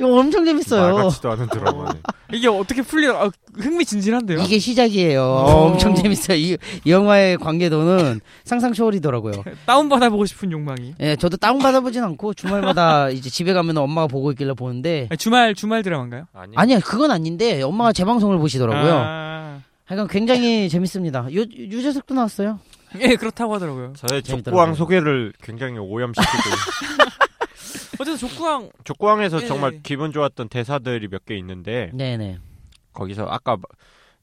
Speaker 1: 이거 엄청 재밌어요.
Speaker 3: 말같지도 않은 드라마네.
Speaker 2: 이게 어떻게 풀리나 아, 흥미진진한데요.
Speaker 1: 이게 시작이에요.
Speaker 2: 어.
Speaker 1: 엄청 재밌어요. 이, 이 영화의 관계도는 상상 초월이더라고요.
Speaker 2: 다운 받아보고 싶은 욕망이.
Speaker 1: 예, 저도 다운 받아보진 않고 주말마다 이제 집에 가면 엄마가 보고 있길래 보는데
Speaker 2: 아니, 주말 주말 드라마인가요?
Speaker 3: 아니,
Speaker 1: 아니야 그건 아닌데 엄마가 재방송을 보시더라고요.
Speaker 2: 아.
Speaker 1: 하여간 굉장히 재밌습니다. 유, 유재석도 나왔어요.
Speaker 2: 예 그렇다고 하더라고요.
Speaker 3: 저의
Speaker 1: 재밌더라고요.
Speaker 3: 족구왕 소개를 굉장히 오염시키고
Speaker 2: 어쨌든 족구왕
Speaker 3: 족구왕에서
Speaker 2: 예.
Speaker 3: 정말 기분 좋았던 대사들이 몇 개 있는데
Speaker 1: 네네.
Speaker 3: 거기서 아까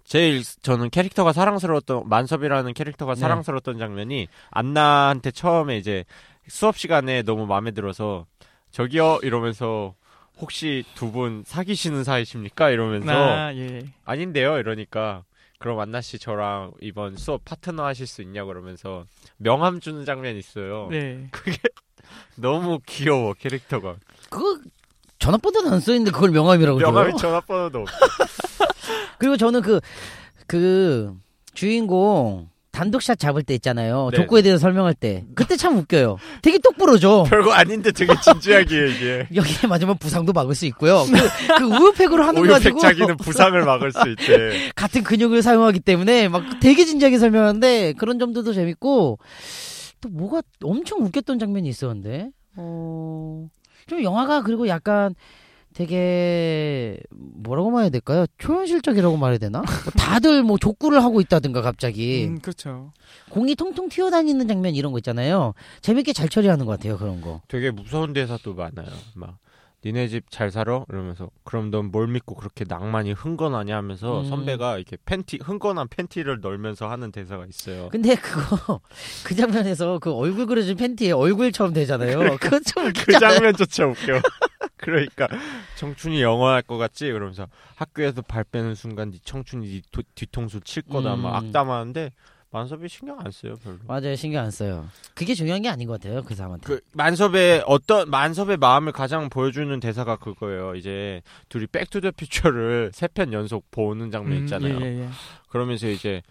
Speaker 3: 제일 저는 캐릭터가 사랑스러웠던 만섭이라는 캐릭터가
Speaker 1: 네.
Speaker 3: 사랑스러웠던 장면이 안나한테 처음에 이제 수업 시간에 너무 마음에 들어서 저기요 이러면서 혹시 두 분 사귀시는 사이십니까 이러면서
Speaker 2: 아, 예.
Speaker 3: 아닌데요 이러니까 그럼 안나 씨 저랑 이번 수업 파트너 하실 수 있냐 그러면서 명함 주는 장면 이 있어요.
Speaker 2: 네.
Speaker 3: 너무 귀여워 캐릭터가
Speaker 1: 그거 전화번호는 안 써있는데 그걸 명함이라고
Speaker 3: 명함이
Speaker 1: 줘요?
Speaker 3: 전화번호도 없어.
Speaker 1: 그리고 저는 그, 그, 주인공 단독샷 잡을 때 있잖아요.
Speaker 3: 네.
Speaker 1: 족구에 대해서 설명할 때. 그때 참 웃겨요. 되게 똑부러져.
Speaker 3: 별거 아닌데 되게 진지하게 얘기해.
Speaker 1: 여기에 맞으면 부상도 막을 수 있고요. 그, 그 우유팩으로 하는 거
Speaker 3: 오유팩
Speaker 1: 가지고
Speaker 3: 자기는 부상을 막을 수 있대.
Speaker 1: 같은 근육을 사용하기 때문에 막 되게 진지하게 설명하는데 그런 점들도 재밌고 또 뭐가 엄청 웃겼던 장면이 있었는데 어, 좀 영화가 그리고 약간 되게 뭐라고 말해야 될까요? 초현실적이라고 말해야 되나? 뭐 다들 뭐 족구를 하고 있다든가 갑자기
Speaker 2: 음, 그렇죠.
Speaker 1: 공이 통통 튀어다니는 장면 이런 거 있잖아요. 재밌게 잘 처리하는 것 같아요 그런 거.
Speaker 3: 되게 무서운 대사도 많아요. 막 니네 집 잘 살아? 이러면서 그럼 넌 뭘 믿고 그렇게 낭만이 흥건하냐 하면서
Speaker 1: 음.
Speaker 3: 선배가 이렇게 팬티 흥건한 팬티를 널면서 하는 대사가 있어요.
Speaker 1: 근데 그거 그 장면에서 그 얼굴 그려진 팬티에 얼굴처럼 되잖아요. 그건 좀
Speaker 3: 그
Speaker 1: 웃기잖아요.
Speaker 3: 장면조차 웃겨. 그러니까 청춘이 영원할 것 같지? 그러면서 학교에서 발 빼는 순간 네 청춘이 뒤- 뒤통수 칠 거다 막
Speaker 1: 음.
Speaker 3: 악담하는데 만섭이 신경 안 써요 별로.
Speaker 1: 맞아요 신경 안 써요. 그게 중요한 게 아닌 것 같아요 그 사람한테.
Speaker 3: 그 만섭의 어떤 만섭의 마음을 가장 보여주는 대사가 그거예요. 이제 둘이 백투더퓨처를 세 편 연속 보는 장면 있잖아요.
Speaker 2: 음, 예, 예, 예.
Speaker 3: 그러면서 이제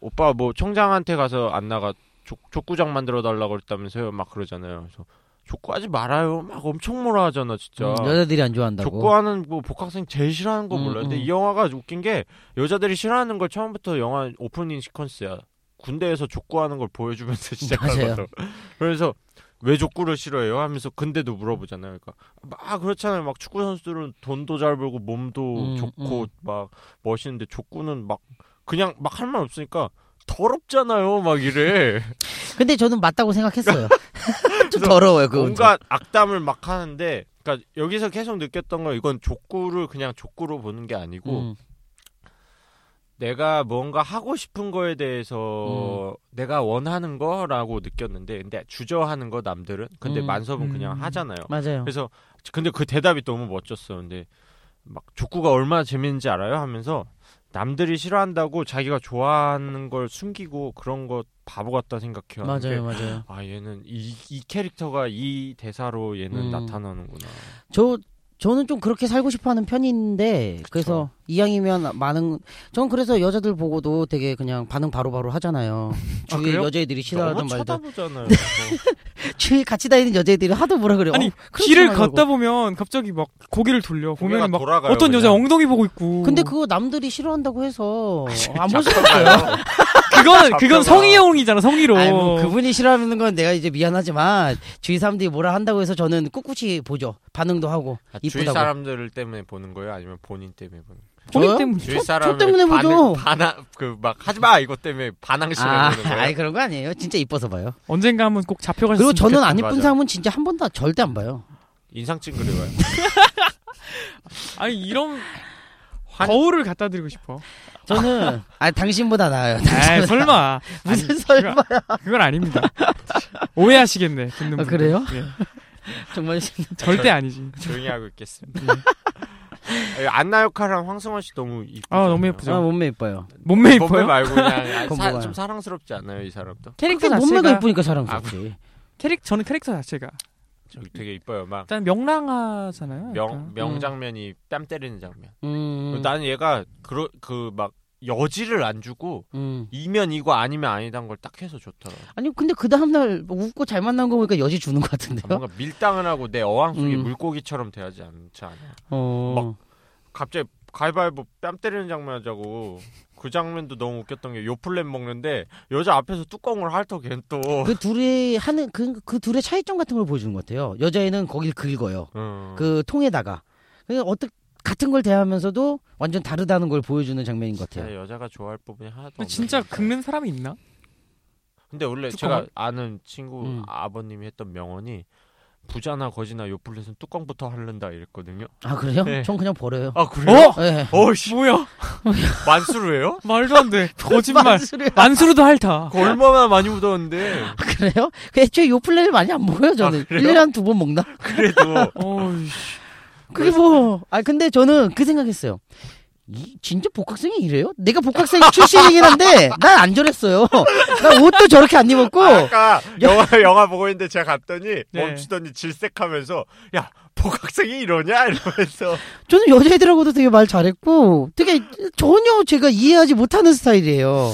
Speaker 3: 오빠 뭐 총장한테 가서 안나가 족, 족구장 만들어 달라고 그랬다면서요. 막 그러잖아요. 그래서 족구하지 말아요. 막 엄청 뭐라 하잖아, 진짜.
Speaker 1: 음, 여자들이 안 좋아한다고.
Speaker 3: 족구하는 뭐 복학생 제일 싫어하는 거
Speaker 1: 음,
Speaker 3: 몰라요. 근데
Speaker 1: 음.
Speaker 3: 이 영화가 웃긴 게 여자들이 싫어하는 걸 처음부터 영화 오프닝 시퀀스야. 군대에서 족구하는 걸 보여주면서 시작하는
Speaker 1: 맞아요.
Speaker 3: 거죠. 그래서 왜 족구를 싫어해요? 하면서 근데도 물어보잖아요. 그러니까 막 그렇잖아요. 막 축구 선수들은 돈도 잘 벌고 몸도
Speaker 1: 음,
Speaker 3: 좋고 막 멋있는데 족구는 막 그냥 막 할 말 없으니까 더럽잖아요. 막 이래.
Speaker 1: 근데 저는 맞다고 생각했어요. 좀
Speaker 3: 그래서
Speaker 1: 더러워요 그건. 좀.
Speaker 3: 뭔가 악담을 막 하는데 그러니까 여기서 계속 느꼈던 건 이건 족구를 그냥 족구로 보는 게 아니고
Speaker 1: 음,
Speaker 3: 내가 뭔가 하고 싶은 거에
Speaker 1: 음.
Speaker 3: 대해서 내가 원하는 거라고 느꼈는데 근데 주저하는 거 남들은 근데
Speaker 1: 음.
Speaker 3: 만섭은
Speaker 2: 음.
Speaker 3: 그냥 하잖아요.
Speaker 1: 맞아요.
Speaker 3: 그래서 근데 그 대답이 너무 멋졌어. 근데 막 족구가 얼마나 재밌는지 알아요? 하면서 남들이 싫어한다고 자기가 좋아하는 걸 숨기고 그런 거 바보 같다 생각해요.
Speaker 1: 맞아요 맞아요.
Speaker 3: 아 얘는 이, 이 캐릭터가 이 대사로 얘는
Speaker 1: 음.
Speaker 3: 나타나는구나.
Speaker 1: 저 저는 좀 그렇게 살고 싶어하는 편인데 그래서 이왕이면 많은 전 그래서 여자들 보고도 되게 그냥 반응 바로바로 하잖아요.
Speaker 2: 아,
Speaker 1: 주위
Speaker 2: 그래요?
Speaker 1: 여자애들이 싫어하던
Speaker 3: 너무
Speaker 1: 말도
Speaker 3: 쳐다보잖아요.
Speaker 1: 주위 같이 다니는 여자애들이 하도 뭐라 그래요.
Speaker 2: 아니,
Speaker 1: 어, 그렇지
Speaker 2: 길을
Speaker 1: 말라고.
Speaker 2: 걷다 보면 갑자기 막 고개를 돌려
Speaker 3: 고개가
Speaker 2: 보면 막
Speaker 3: 돌아가요,
Speaker 2: 어떤 여자
Speaker 3: 그냥.
Speaker 2: 엉덩이 보고 있고. 아, 뭐
Speaker 1: 근데 그거 남들이 싫어한다고 해서 안 보실
Speaker 3: 잠깐만요.
Speaker 2: 그건 그건
Speaker 3: 잡혀가.
Speaker 2: 성희롱이잖아 성희롱.
Speaker 1: 아니 뭐 그분이 싫어하는 건 내가 이제 미안하지만 주위 사람들이 뭐라 한다고 해서 저는 꿋꿋이 보죠. 반응도 하고
Speaker 3: 아, 주위
Speaker 1: 이쁘다고.
Speaker 3: 사람들 때문에 보는 거예요? 아니면 본인 때문에 보는 거예요?
Speaker 2: 본인
Speaker 1: 저요?
Speaker 2: 때문에.
Speaker 3: 주위
Speaker 1: 저
Speaker 3: 사람
Speaker 1: 때문에 보죠.
Speaker 3: 반항 그막 하지 마 이것 때문에 반항심을
Speaker 1: 아,
Speaker 3: 보는 거예요.
Speaker 1: 아니 그런 거 아니에요. 진짜 이뻐서 봐요.
Speaker 2: 언젠가 한번 꼭 잡혀갈 수.
Speaker 1: 그리고 저는 안
Speaker 3: 좋겠다.
Speaker 1: 이쁜
Speaker 3: 맞아.
Speaker 1: 사람은 진짜 한 번도 절대 안 봐요.
Speaker 3: 인상 찡그려요.
Speaker 2: 아니 이런
Speaker 3: 환-
Speaker 2: 거울을 갖다 드리고 싶어.
Speaker 1: 저는 아 당신보다 나아요.
Speaker 2: 아 설마
Speaker 1: 무슨 설마
Speaker 2: 그건 아닙니다. 오해하시겠네 듣는
Speaker 1: 아,
Speaker 2: 분.
Speaker 1: 그래요?
Speaker 2: 예.
Speaker 1: 정말
Speaker 2: 절대 아니지. 예.
Speaker 3: 조용히 하고 있겠습니다. 아니, 안나 역할랑 황승원 씨 너무 이쁘죠.
Speaker 2: 아, 너무 예쁘죠.
Speaker 1: 아, 몸매 이뻐요.
Speaker 2: 몸매
Speaker 3: 몸매
Speaker 2: 이뻐요?
Speaker 3: 말고 그냥
Speaker 1: 그건
Speaker 3: 사,
Speaker 1: 뭐가요?
Speaker 3: 좀 사랑스럽지 않나요 이 사람도?
Speaker 2: 캐릭터
Speaker 1: 그게
Speaker 2: 자체가
Speaker 1: 몸매가 이쁘니까
Speaker 3: 아,
Speaker 1: 사랑스럽지.
Speaker 2: 캐릭 저는 캐릭터 자체가
Speaker 1: 음.
Speaker 3: 저기 되게 이뻐요. 막
Speaker 2: 일단 명랑하잖아요.
Speaker 3: 명,
Speaker 2: 약간.
Speaker 3: 명장면이 뺨 때리는 장면.
Speaker 1: 그러니까. 음.
Speaker 3: 나는 얘가 그러, 그막 여지를 안 주고
Speaker 1: 음.
Speaker 3: 이면 이거 아니면 아니단 걸 딱 해서 좋더라.
Speaker 1: 아니 근데 그 다음날 뭐 웃고 잘 만난 거 보니까 여지 주는 것 같은데요.
Speaker 3: 뭔가 밀당을 하고 내 어항 속에
Speaker 1: 어? 음.
Speaker 3: 물고기처럼 대하지 않지 않아.
Speaker 1: 어.
Speaker 3: 갑자기 가위바위보 뺨 때리는 장면 하자고 그 장면도 너무 웃겼던 게 요플렘 먹는데 여자 앞에서 뚜껑을 핥어걘 또.
Speaker 1: 그 둘이 하는 그, 그 둘의 차이점 같은 걸 보여주는 것 같아요. 여자애는 거길 긁어요.
Speaker 3: 음.
Speaker 1: 그 통에다가. 그 어떻게 같은 걸 대하면서도 완전 다르다는 걸 보여주는 장면인 것
Speaker 3: 제가
Speaker 1: 같아요.
Speaker 3: 여자가 좋아할 부분이 하나도
Speaker 2: 근데
Speaker 3: 없네.
Speaker 2: 진짜 긁는 사람이 있나?
Speaker 3: 근데 원래
Speaker 2: 뚜껑을?
Speaker 3: 제가 아는 친구
Speaker 1: 음.
Speaker 3: 아버님이 했던 명언이 부자나 거지나 요플렛은 뚜껑부터 핥는다 이랬거든요.
Speaker 1: 아 그래요?
Speaker 3: 네.
Speaker 1: 전 그냥 버려요.
Speaker 3: 아 그래요?
Speaker 1: 예.
Speaker 3: 어? 씨
Speaker 2: 뭐야?
Speaker 3: 만수르예요?
Speaker 2: 말도 안 돼. 거짓말.
Speaker 1: 만수를-
Speaker 2: 만수르도 핥아.
Speaker 3: 그거 얼마나 많이 묻었는데
Speaker 1: 아, 그래요? 그 애초에 요플레를 많이 안 먹어요 저는.
Speaker 3: 아,
Speaker 1: 일
Speaker 3: 그래요?
Speaker 1: 1년에 한 두 번 먹나?
Speaker 3: 그래도
Speaker 2: 어이.
Speaker 1: 그게 뭐. 아 근데 저는 그 생각했어요. 이, 진짜 복학생이 이래요? 내가 복학생 출신이긴 한데 난 안 저랬어요. 난 옷도 저렇게 안 입었고
Speaker 3: 아까 영화 영화 보고 있는데 제가 갔더니
Speaker 2: 네.
Speaker 3: 멈추더니 질색하면서 야 복학생이 이러냐 이러면서
Speaker 1: 저는 여자애들하고도 되게 말 잘했고 되게 전혀 제가 이해하지 못하는 스타일이에요.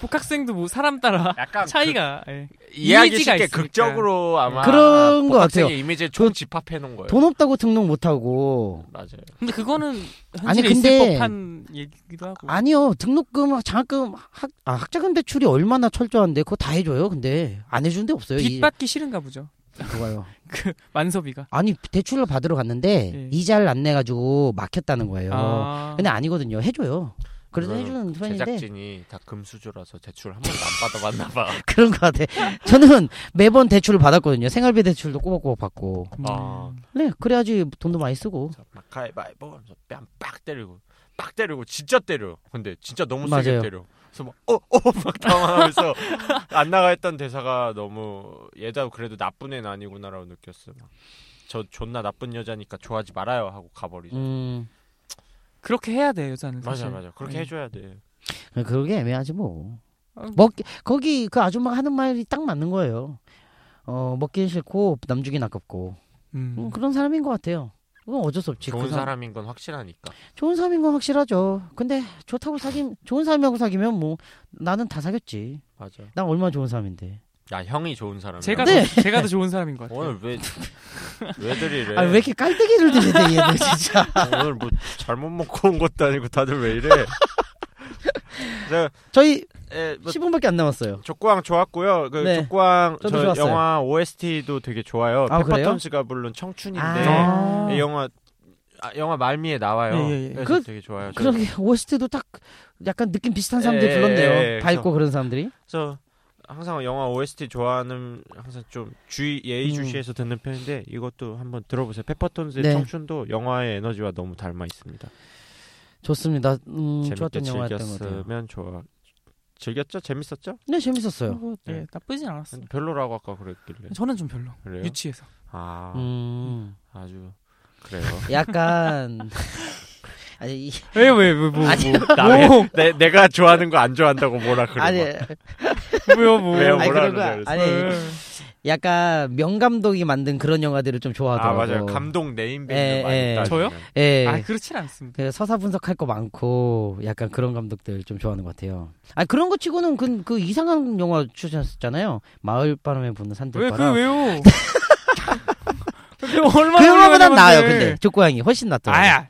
Speaker 2: 복학생도 뭐 사람 따라
Speaker 3: 약간 그
Speaker 2: 차이가. 예.
Speaker 3: 이해하기
Speaker 2: 이미지가
Speaker 3: 쉽게
Speaker 2: 있으니까.
Speaker 3: 극적으로 아마
Speaker 1: 그런 것
Speaker 3: 복학생의
Speaker 1: 같아요.
Speaker 3: 이미지를 총 집합해 놓은 거예요.
Speaker 1: 돈 없다고 등록 못하고
Speaker 3: 맞아요.
Speaker 2: 근데 그거는 현실에
Speaker 1: 아니, 근데-
Speaker 2: 있을 법한 얘기기도 하고.
Speaker 1: 아니요 등록금 장학금 학, 아, 학자금 대출이 얼마나 철저한데 그거 다 해줘요 근데 안 해주는 데 없어요
Speaker 2: 빚 받기 싫은가 보죠.
Speaker 1: 요
Speaker 2: 그 만섭이가.
Speaker 1: 아니 대출을 받으러 갔는데
Speaker 2: 예.
Speaker 1: 이자를 안 내가지고 막혔다는 거예요
Speaker 2: 아.
Speaker 1: 근데 아니거든요 해줘요 그래도
Speaker 3: 아, 그거는
Speaker 1: 해주는 편인데
Speaker 3: 제작진이 다 금수저라서 대출 한 번도 안 받아봤나 봐.
Speaker 1: 그런 것 같아 저는 매번 대출을 받았거든요 생활비 대출도 꼬박꼬박 받고
Speaker 2: 음.
Speaker 3: 아.
Speaker 1: 네 그래야지 돈도 많이 쓰고
Speaker 3: 그래서 막 가위바위보 하면서 뺨 빡 때리고 빡 때리고 진짜 때려 근데 진짜 너무 세게
Speaker 1: 맞아요.
Speaker 3: 때려 그래서 막 어 어 막 당황하면서 안 나가 했던 대사가 너무 얘도 그래도 나쁜 애는 아니구나라고 느꼈어 요저 존나 나쁜 여자니까 좋아하지 말아요 하고 가버리죠
Speaker 1: 음
Speaker 2: 그렇게 해야 돼 여자는.
Speaker 3: 맞아
Speaker 2: 사실.
Speaker 3: 맞아 그렇게
Speaker 2: 네.
Speaker 3: 해줘야 돼
Speaker 1: 그러게 애매하지 뭐.
Speaker 2: 아,
Speaker 1: 먹 거기 그 아줌마가 하는 말이 딱 맞는 거예요. 어 먹기 싫고 남주긴 아깝고
Speaker 2: 음.
Speaker 1: 음, 그런 사람인 것 같아요. 그건 어쩔 수 없지.
Speaker 3: 좋은
Speaker 1: 그 사람-
Speaker 3: 사람인 건 확실하니까
Speaker 1: 좋은 사람인 건 확실하죠. 근데 좋다고 사귐 좋은 사람이라고 사귀면 뭐 나는 다 사귀었지.
Speaker 3: 맞아
Speaker 1: 난 얼마나 좋은 사람인데.
Speaker 3: 야 형이 좋은 사람이야
Speaker 2: 제가
Speaker 1: 네.
Speaker 2: 더, 제가 더 좋은 사람인 것 같아요.
Speaker 3: 아, 오늘 왜 왜들 이래
Speaker 1: 아 왜 이렇게 깔때기를 들리네 얘는 진짜.
Speaker 3: 오늘 뭐 잘못 먹고 온 것도 아니고 다들 왜 이래 자,
Speaker 1: 저희
Speaker 3: 에, 뭐
Speaker 1: 10분밖에 안 남았어요.
Speaker 3: 족구왕 좋았고요. 그
Speaker 1: 네.
Speaker 3: 족구왕 저
Speaker 1: 저도 좋았어요.
Speaker 3: 영화 OST도 되게 좋아요.
Speaker 1: 아, 그래요?
Speaker 3: 페퍼톤스가 부른 청춘인데
Speaker 1: 아.
Speaker 3: 이 영화 아, 영화 말미에 나와요.
Speaker 2: 예, 예, 예.
Speaker 3: 그래서
Speaker 1: 그-
Speaker 3: 되게 좋아요. 저는.
Speaker 1: 그러게 오스트도 딱 약간 느낌 비슷한 사람들
Speaker 3: 예,
Speaker 1: 불렀네요.
Speaker 3: 예, 예.
Speaker 1: 밝고 그런 사람들이.
Speaker 3: 그래서 항상 영화 OST 좋아하는 항상 좀 주의 예의주시해서 듣는 편인데 이것도 한번 들어보세요.
Speaker 1: 음.
Speaker 3: 페퍼톤스의
Speaker 1: 네.
Speaker 3: 청춘도 영화의 에너지와 너무 닮아 있습니다.
Speaker 1: 좋습니다. 음,
Speaker 3: 재밌게
Speaker 1: 좋았던 영화였던 것 같아요.
Speaker 3: 즐겼으면 좋아. 즐겼죠? 재밌었죠?
Speaker 1: 네 재밌었어요.
Speaker 2: 뭐, 예,
Speaker 3: 네.
Speaker 2: 나쁘진
Speaker 1: 음.
Speaker 2: 않았어. 요
Speaker 3: 별로라고 아까 그랬길래.
Speaker 2: 네. 저는 좀 별로.
Speaker 3: 그래요?
Speaker 2: 유치해서.
Speaker 3: 아
Speaker 1: 음.
Speaker 3: 아주 그래요.
Speaker 1: 약간 아니 이-
Speaker 2: 왜 왜 왜 뭐.
Speaker 1: 아니
Speaker 3: 남의- 내, 내가 좋아하는 거 안 좋아한다고 뭐라 그래.
Speaker 1: 아니
Speaker 3: 막.
Speaker 2: 뭐야 뭐.
Speaker 3: 왜요?
Speaker 1: 아니
Speaker 3: 뭐라
Speaker 1: 그런 거
Speaker 3: 그러지,
Speaker 1: 아니 약간 명 감독이 만든 그런 영화들을 좀
Speaker 3: 아
Speaker 1: 좋아하더라고.
Speaker 3: 맞아요. 감독 네임
Speaker 1: 예,
Speaker 3: 밴드
Speaker 1: 예.
Speaker 3: 많이 따
Speaker 2: 저요?
Speaker 1: 예.
Speaker 2: 아 그렇진 않습니다.
Speaker 1: 그 서사 분석할 거 많고 약간 그런 감독들 좀 좋아하는 것 같아요. 아 그런 거 치고는 그, 그 이상한 영화 추천했었잖아요. 마을 바람에 부는 산들
Speaker 2: 왜
Speaker 1: 바람.
Speaker 2: 그 왜요? 그 얼마나
Speaker 1: 네, 그 영화보단
Speaker 2: 오랜만에
Speaker 1: 나아요.
Speaker 2: 봤는데.
Speaker 1: 근데 족고양이 훨씬 낫더라고요.
Speaker 2: 아야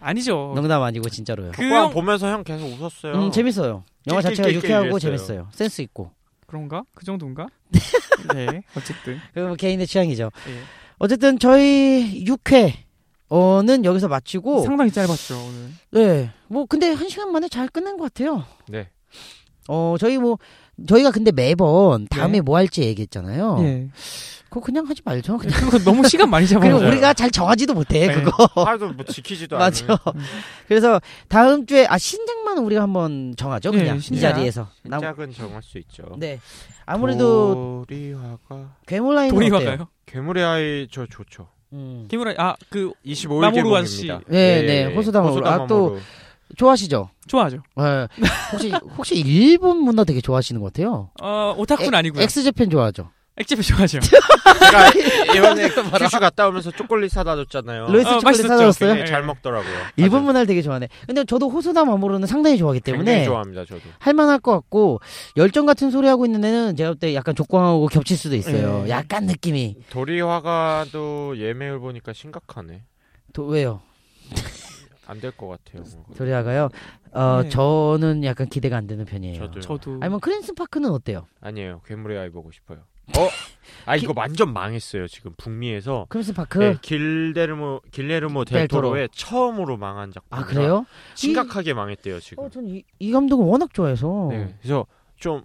Speaker 2: 아니죠.
Speaker 1: 농담 아니고 진짜로요.
Speaker 2: 그
Speaker 3: 그거
Speaker 2: 형
Speaker 3: 보면서 형 계속 웃었어요.
Speaker 1: 음 재밌어요. 영화 자체가
Speaker 3: 낄낄낄낄
Speaker 1: 유쾌하고
Speaker 3: 이랬어요.
Speaker 1: 재밌어요. 센스 있고.
Speaker 2: 그런가? 그 정도인가? 네 어쨌든
Speaker 1: 그뭐 개인의 취향이죠.
Speaker 2: 예.
Speaker 1: 어쨌든 저희 6회 어는 여기서 마치고
Speaker 2: 상당히 짧았죠 오늘.
Speaker 1: 네. 뭐 근데 한 시간 만에 잘 끝낸 것 같아요.
Speaker 3: 네.
Speaker 1: 어 저희 뭐 저희가 근데 매번 다음에
Speaker 2: 네.
Speaker 1: 뭐 할지 얘기했잖아요.
Speaker 2: 예.
Speaker 1: 그거 그냥 하지 말죠. 그냥.
Speaker 2: 그거 너무 시간 많이
Speaker 1: 그리고
Speaker 2: 잡아요.
Speaker 3: 맞아요.
Speaker 1: 우리가 잘 정하지도 못해
Speaker 2: 네.
Speaker 1: 그거.
Speaker 3: 하도 뭐 지키지도 않는.
Speaker 1: 어. 맞아.
Speaker 2: 음.
Speaker 1: 그래서 다음 주에 아 신작만 우리가 한번 정하죠.
Speaker 2: 네,
Speaker 1: 그냥 이
Speaker 2: 신작.
Speaker 1: 자리에서. 남-
Speaker 3: 작은 정할 수 있죠.
Speaker 1: 네. 아무래도
Speaker 3: 도리화가
Speaker 1: 괴물라인
Speaker 2: 돌이
Speaker 1: 어때요?
Speaker 2: 와가요.
Speaker 3: 괴물의 아이 저 좋죠.
Speaker 1: 음.
Speaker 2: 김우라 아그
Speaker 3: 25일
Speaker 2: 마모루아
Speaker 3: 개봉입니다. 예,
Speaker 1: 씨. 네, 네. 호소당으로. 아, 또
Speaker 3: 호소당으로.
Speaker 1: 좋아하시죠?
Speaker 2: 좋아하죠.
Speaker 1: 네. 혹시 혹시 일본 문화 되게 좋아하시는 것 같아요.
Speaker 2: 어 오타쿠는 아니고요.
Speaker 1: 엑스제팬 좋아하죠.
Speaker 2: 액티비션하죠.
Speaker 3: 제가 이번에 큐슈 갔다 오면서 초콜릿 사다 줬잖아요.
Speaker 1: 로이스
Speaker 2: 어,
Speaker 1: 초콜릿
Speaker 2: 맛있었죠.
Speaker 1: 사줬어요?
Speaker 3: 굉장히 잘 먹더라고요.
Speaker 1: 일본
Speaker 3: 아주
Speaker 1: 문화를 되게 좋아하네. 근데 저도 호소남 아모르는 상당히 좋아하기
Speaker 3: 굉장히
Speaker 1: 때문에
Speaker 3: 좋아합니다. 저도.
Speaker 1: 할만할 것 같고 열정 같은 소리 하고 있는 애는 제가 볼 때 약간 족광하고 겹칠 수도 있어요.
Speaker 3: 네.
Speaker 2: 음.
Speaker 1: 약간 느낌이
Speaker 3: 도리화가도 예매율 보니까 심각하네.
Speaker 1: 또 왜요?
Speaker 3: 안 될 것 같아요. 뭔가.
Speaker 1: 도리아가요. 어
Speaker 2: 네.
Speaker 1: 저는 약간 기대가 안 되는 편이에요.
Speaker 3: 저도요.
Speaker 2: 저도
Speaker 1: 아니면 크린스 파크는 어때요?
Speaker 3: 아니에요. 괴물의 아이 보고 싶어요. 어? 아 이거 완전 망했어요. 지금 북미에서
Speaker 1: 크린스 파크.
Speaker 3: 네, 길데르모 길레르모
Speaker 1: 그 델토로.
Speaker 3: 델토로의 처음으로 망한 작품.
Speaker 1: 아 그래요?
Speaker 3: 심각하게 망했대요 지금.
Speaker 1: 어, 전이 이 감독은 워낙 좋아해서.
Speaker 3: 네, 그래서 좀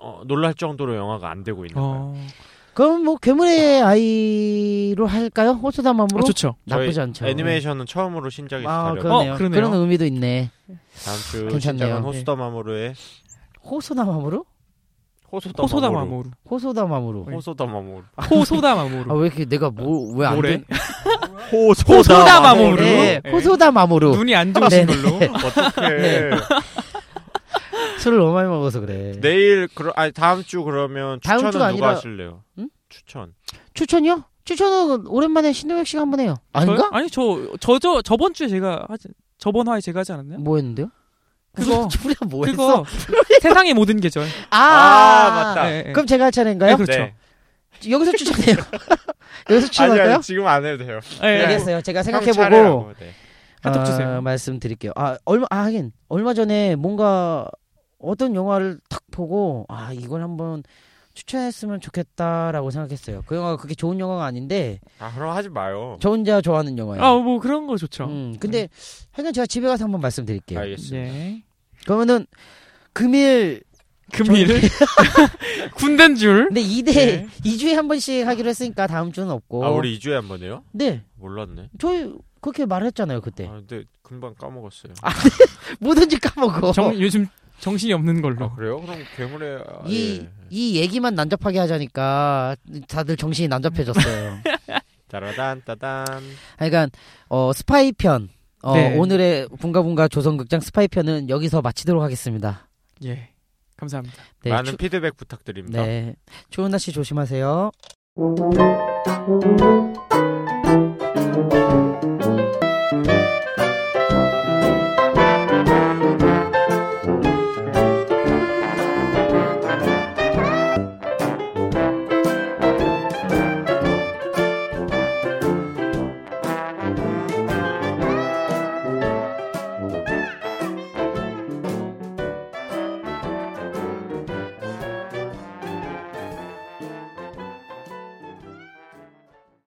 Speaker 3: 어, 놀랄 정도로 영화가 안 되고 있는 거예요.
Speaker 2: 어...
Speaker 1: 그럼 뭐 괴물의 아이로 할까요? 호소담함으로
Speaker 2: 어, 좋죠.
Speaker 1: 나쁘지 않죠.
Speaker 3: 아, 애니메이션은 처음으로 신작에서
Speaker 1: 아,
Speaker 3: 다려.
Speaker 1: 그러네요.
Speaker 2: 어, 그러네요.
Speaker 1: 그런 의미도 있네.
Speaker 3: 다음 주
Speaker 1: 괜찮네요.
Speaker 3: 신작은
Speaker 1: 네.
Speaker 3: 호수다 마모르의
Speaker 1: 호소담함으로?
Speaker 3: 호소다
Speaker 2: 호소다
Speaker 3: 마모루.
Speaker 2: 마모루.
Speaker 1: 호소담함으로.
Speaker 3: 호소다 마모루.
Speaker 2: 호소다 마모루.
Speaker 1: 아 왜 이렇게 내가 뭐 왜 안
Speaker 2: 뭐래? 어,
Speaker 1: 돼?
Speaker 2: 호소다 마모루.
Speaker 1: 네,
Speaker 2: 네.
Speaker 1: 호소담함으로
Speaker 2: 눈이 안
Speaker 1: 네.
Speaker 2: 좋으신 걸로.
Speaker 3: 어떡해.
Speaker 1: 술을 너무 많이 먹어서 그래.
Speaker 2: 네.
Speaker 3: 내일 그러 아니 다음 주 그러면
Speaker 1: 네. 다음
Speaker 3: 추천은
Speaker 1: 주가
Speaker 3: 누가
Speaker 1: 아니라-
Speaker 3: 하실래요?
Speaker 1: 응?
Speaker 3: 추천.
Speaker 1: 추천이요? 추천은 오랜만에 신동혁 씨가 한번 해요. 아닌가?
Speaker 2: 저요? 아니 저저저 저번 주에 제가 하지 저번 화에 제가 하지 않았나요?
Speaker 1: 뭐였는데요?
Speaker 2: 그거.
Speaker 1: 우리가 뭐 했어?
Speaker 2: 그거 세상의 모든 계절.
Speaker 1: 아,
Speaker 3: 아, 맞다.
Speaker 2: 네, 네.
Speaker 1: 그럼 제가 할 차례인가요?
Speaker 2: 네, 그렇죠.
Speaker 3: 네.
Speaker 1: 여기서 추천해요. 여기서
Speaker 3: 아니
Speaker 1: 추천할까요? 네.
Speaker 3: 아니 지금 안 해도 돼요.
Speaker 2: 예, 예.
Speaker 1: 알겠어요. 제가
Speaker 3: 형
Speaker 1: 생각해보고
Speaker 3: 차례라고, 네.
Speaker 2: 카톡
Speaker 1: 아,
Speaker 2: 주세요.
Speaker 1: 말씀드릴게요. 아 얼마 아 하긴 얼마 전에 뭔가 어떤 영화를 탁 보고 아 이걸 한번 추천했으면 좋겠다라고 생각했어요. 그 영화가 그렇게 좋은 영화가 아닌데
Speaker 3: 아 그럼 하지 마요.
Speaker 1: 저 혼자 좋아하는 영화예요.
Speaker 2: 아, 뭐 그런 거 좋죠.
Speaker 1: 음, 근데 하여간 제가 집에 가서 한번 말씀드릴게요.
Speaker 3: 알겠습니다.
Speaker 2: 예.
Speaker 1: 그러면은 금일
Speaker 2: 금일 군된 줄.
Speaker 1: 근데 2대
Speaker 2: 네.
Speaker 1: 2주에 한 번씩 하기로 했으니까 다음 주는 없고.
Speaker 3: 아 우리 2주에 한 번 해요?
Speaker 1: 네.
Speaker 3: 몰랐네.
Speaker 1: 저희 그렇게 말했잖아요, 그때.
Speaker 3: 아 근데 금방 까먹었어요.
Speaker 1: 아. 뭐든지 까먹어. 어,
Speaker 2: 정, 요즘 정신이 없는 걸로.
Speaker 3: 아 그래요? 그럼 괴물의 아,
Speaker 1: 이-
Speaker 3: 예.
Speaker 1: 이 얘기만 난잡하게 하자니까 다들 정신이
Speaker 2: 음.
Speaker 1: 난잡해졌어요.
Speaker 3: 따라단 따단.
Speaker 1: 아니, 그러니까 어, 스파이 편 어,
Speaker 2: 네.
Speaker 1: 오늘의 붕가붕가 조선극장 스파이 편은 여기서 마치도록 하겠습니다.
Speaker 2: 예. 감사합니다.
Speaker 1: 네,
Speaker 3: 많은
Speaker 1: 추,
Speaker 3: 피드백 부탁드립니다.
Speaker 1: 네. 추운 날씨 조심하세요.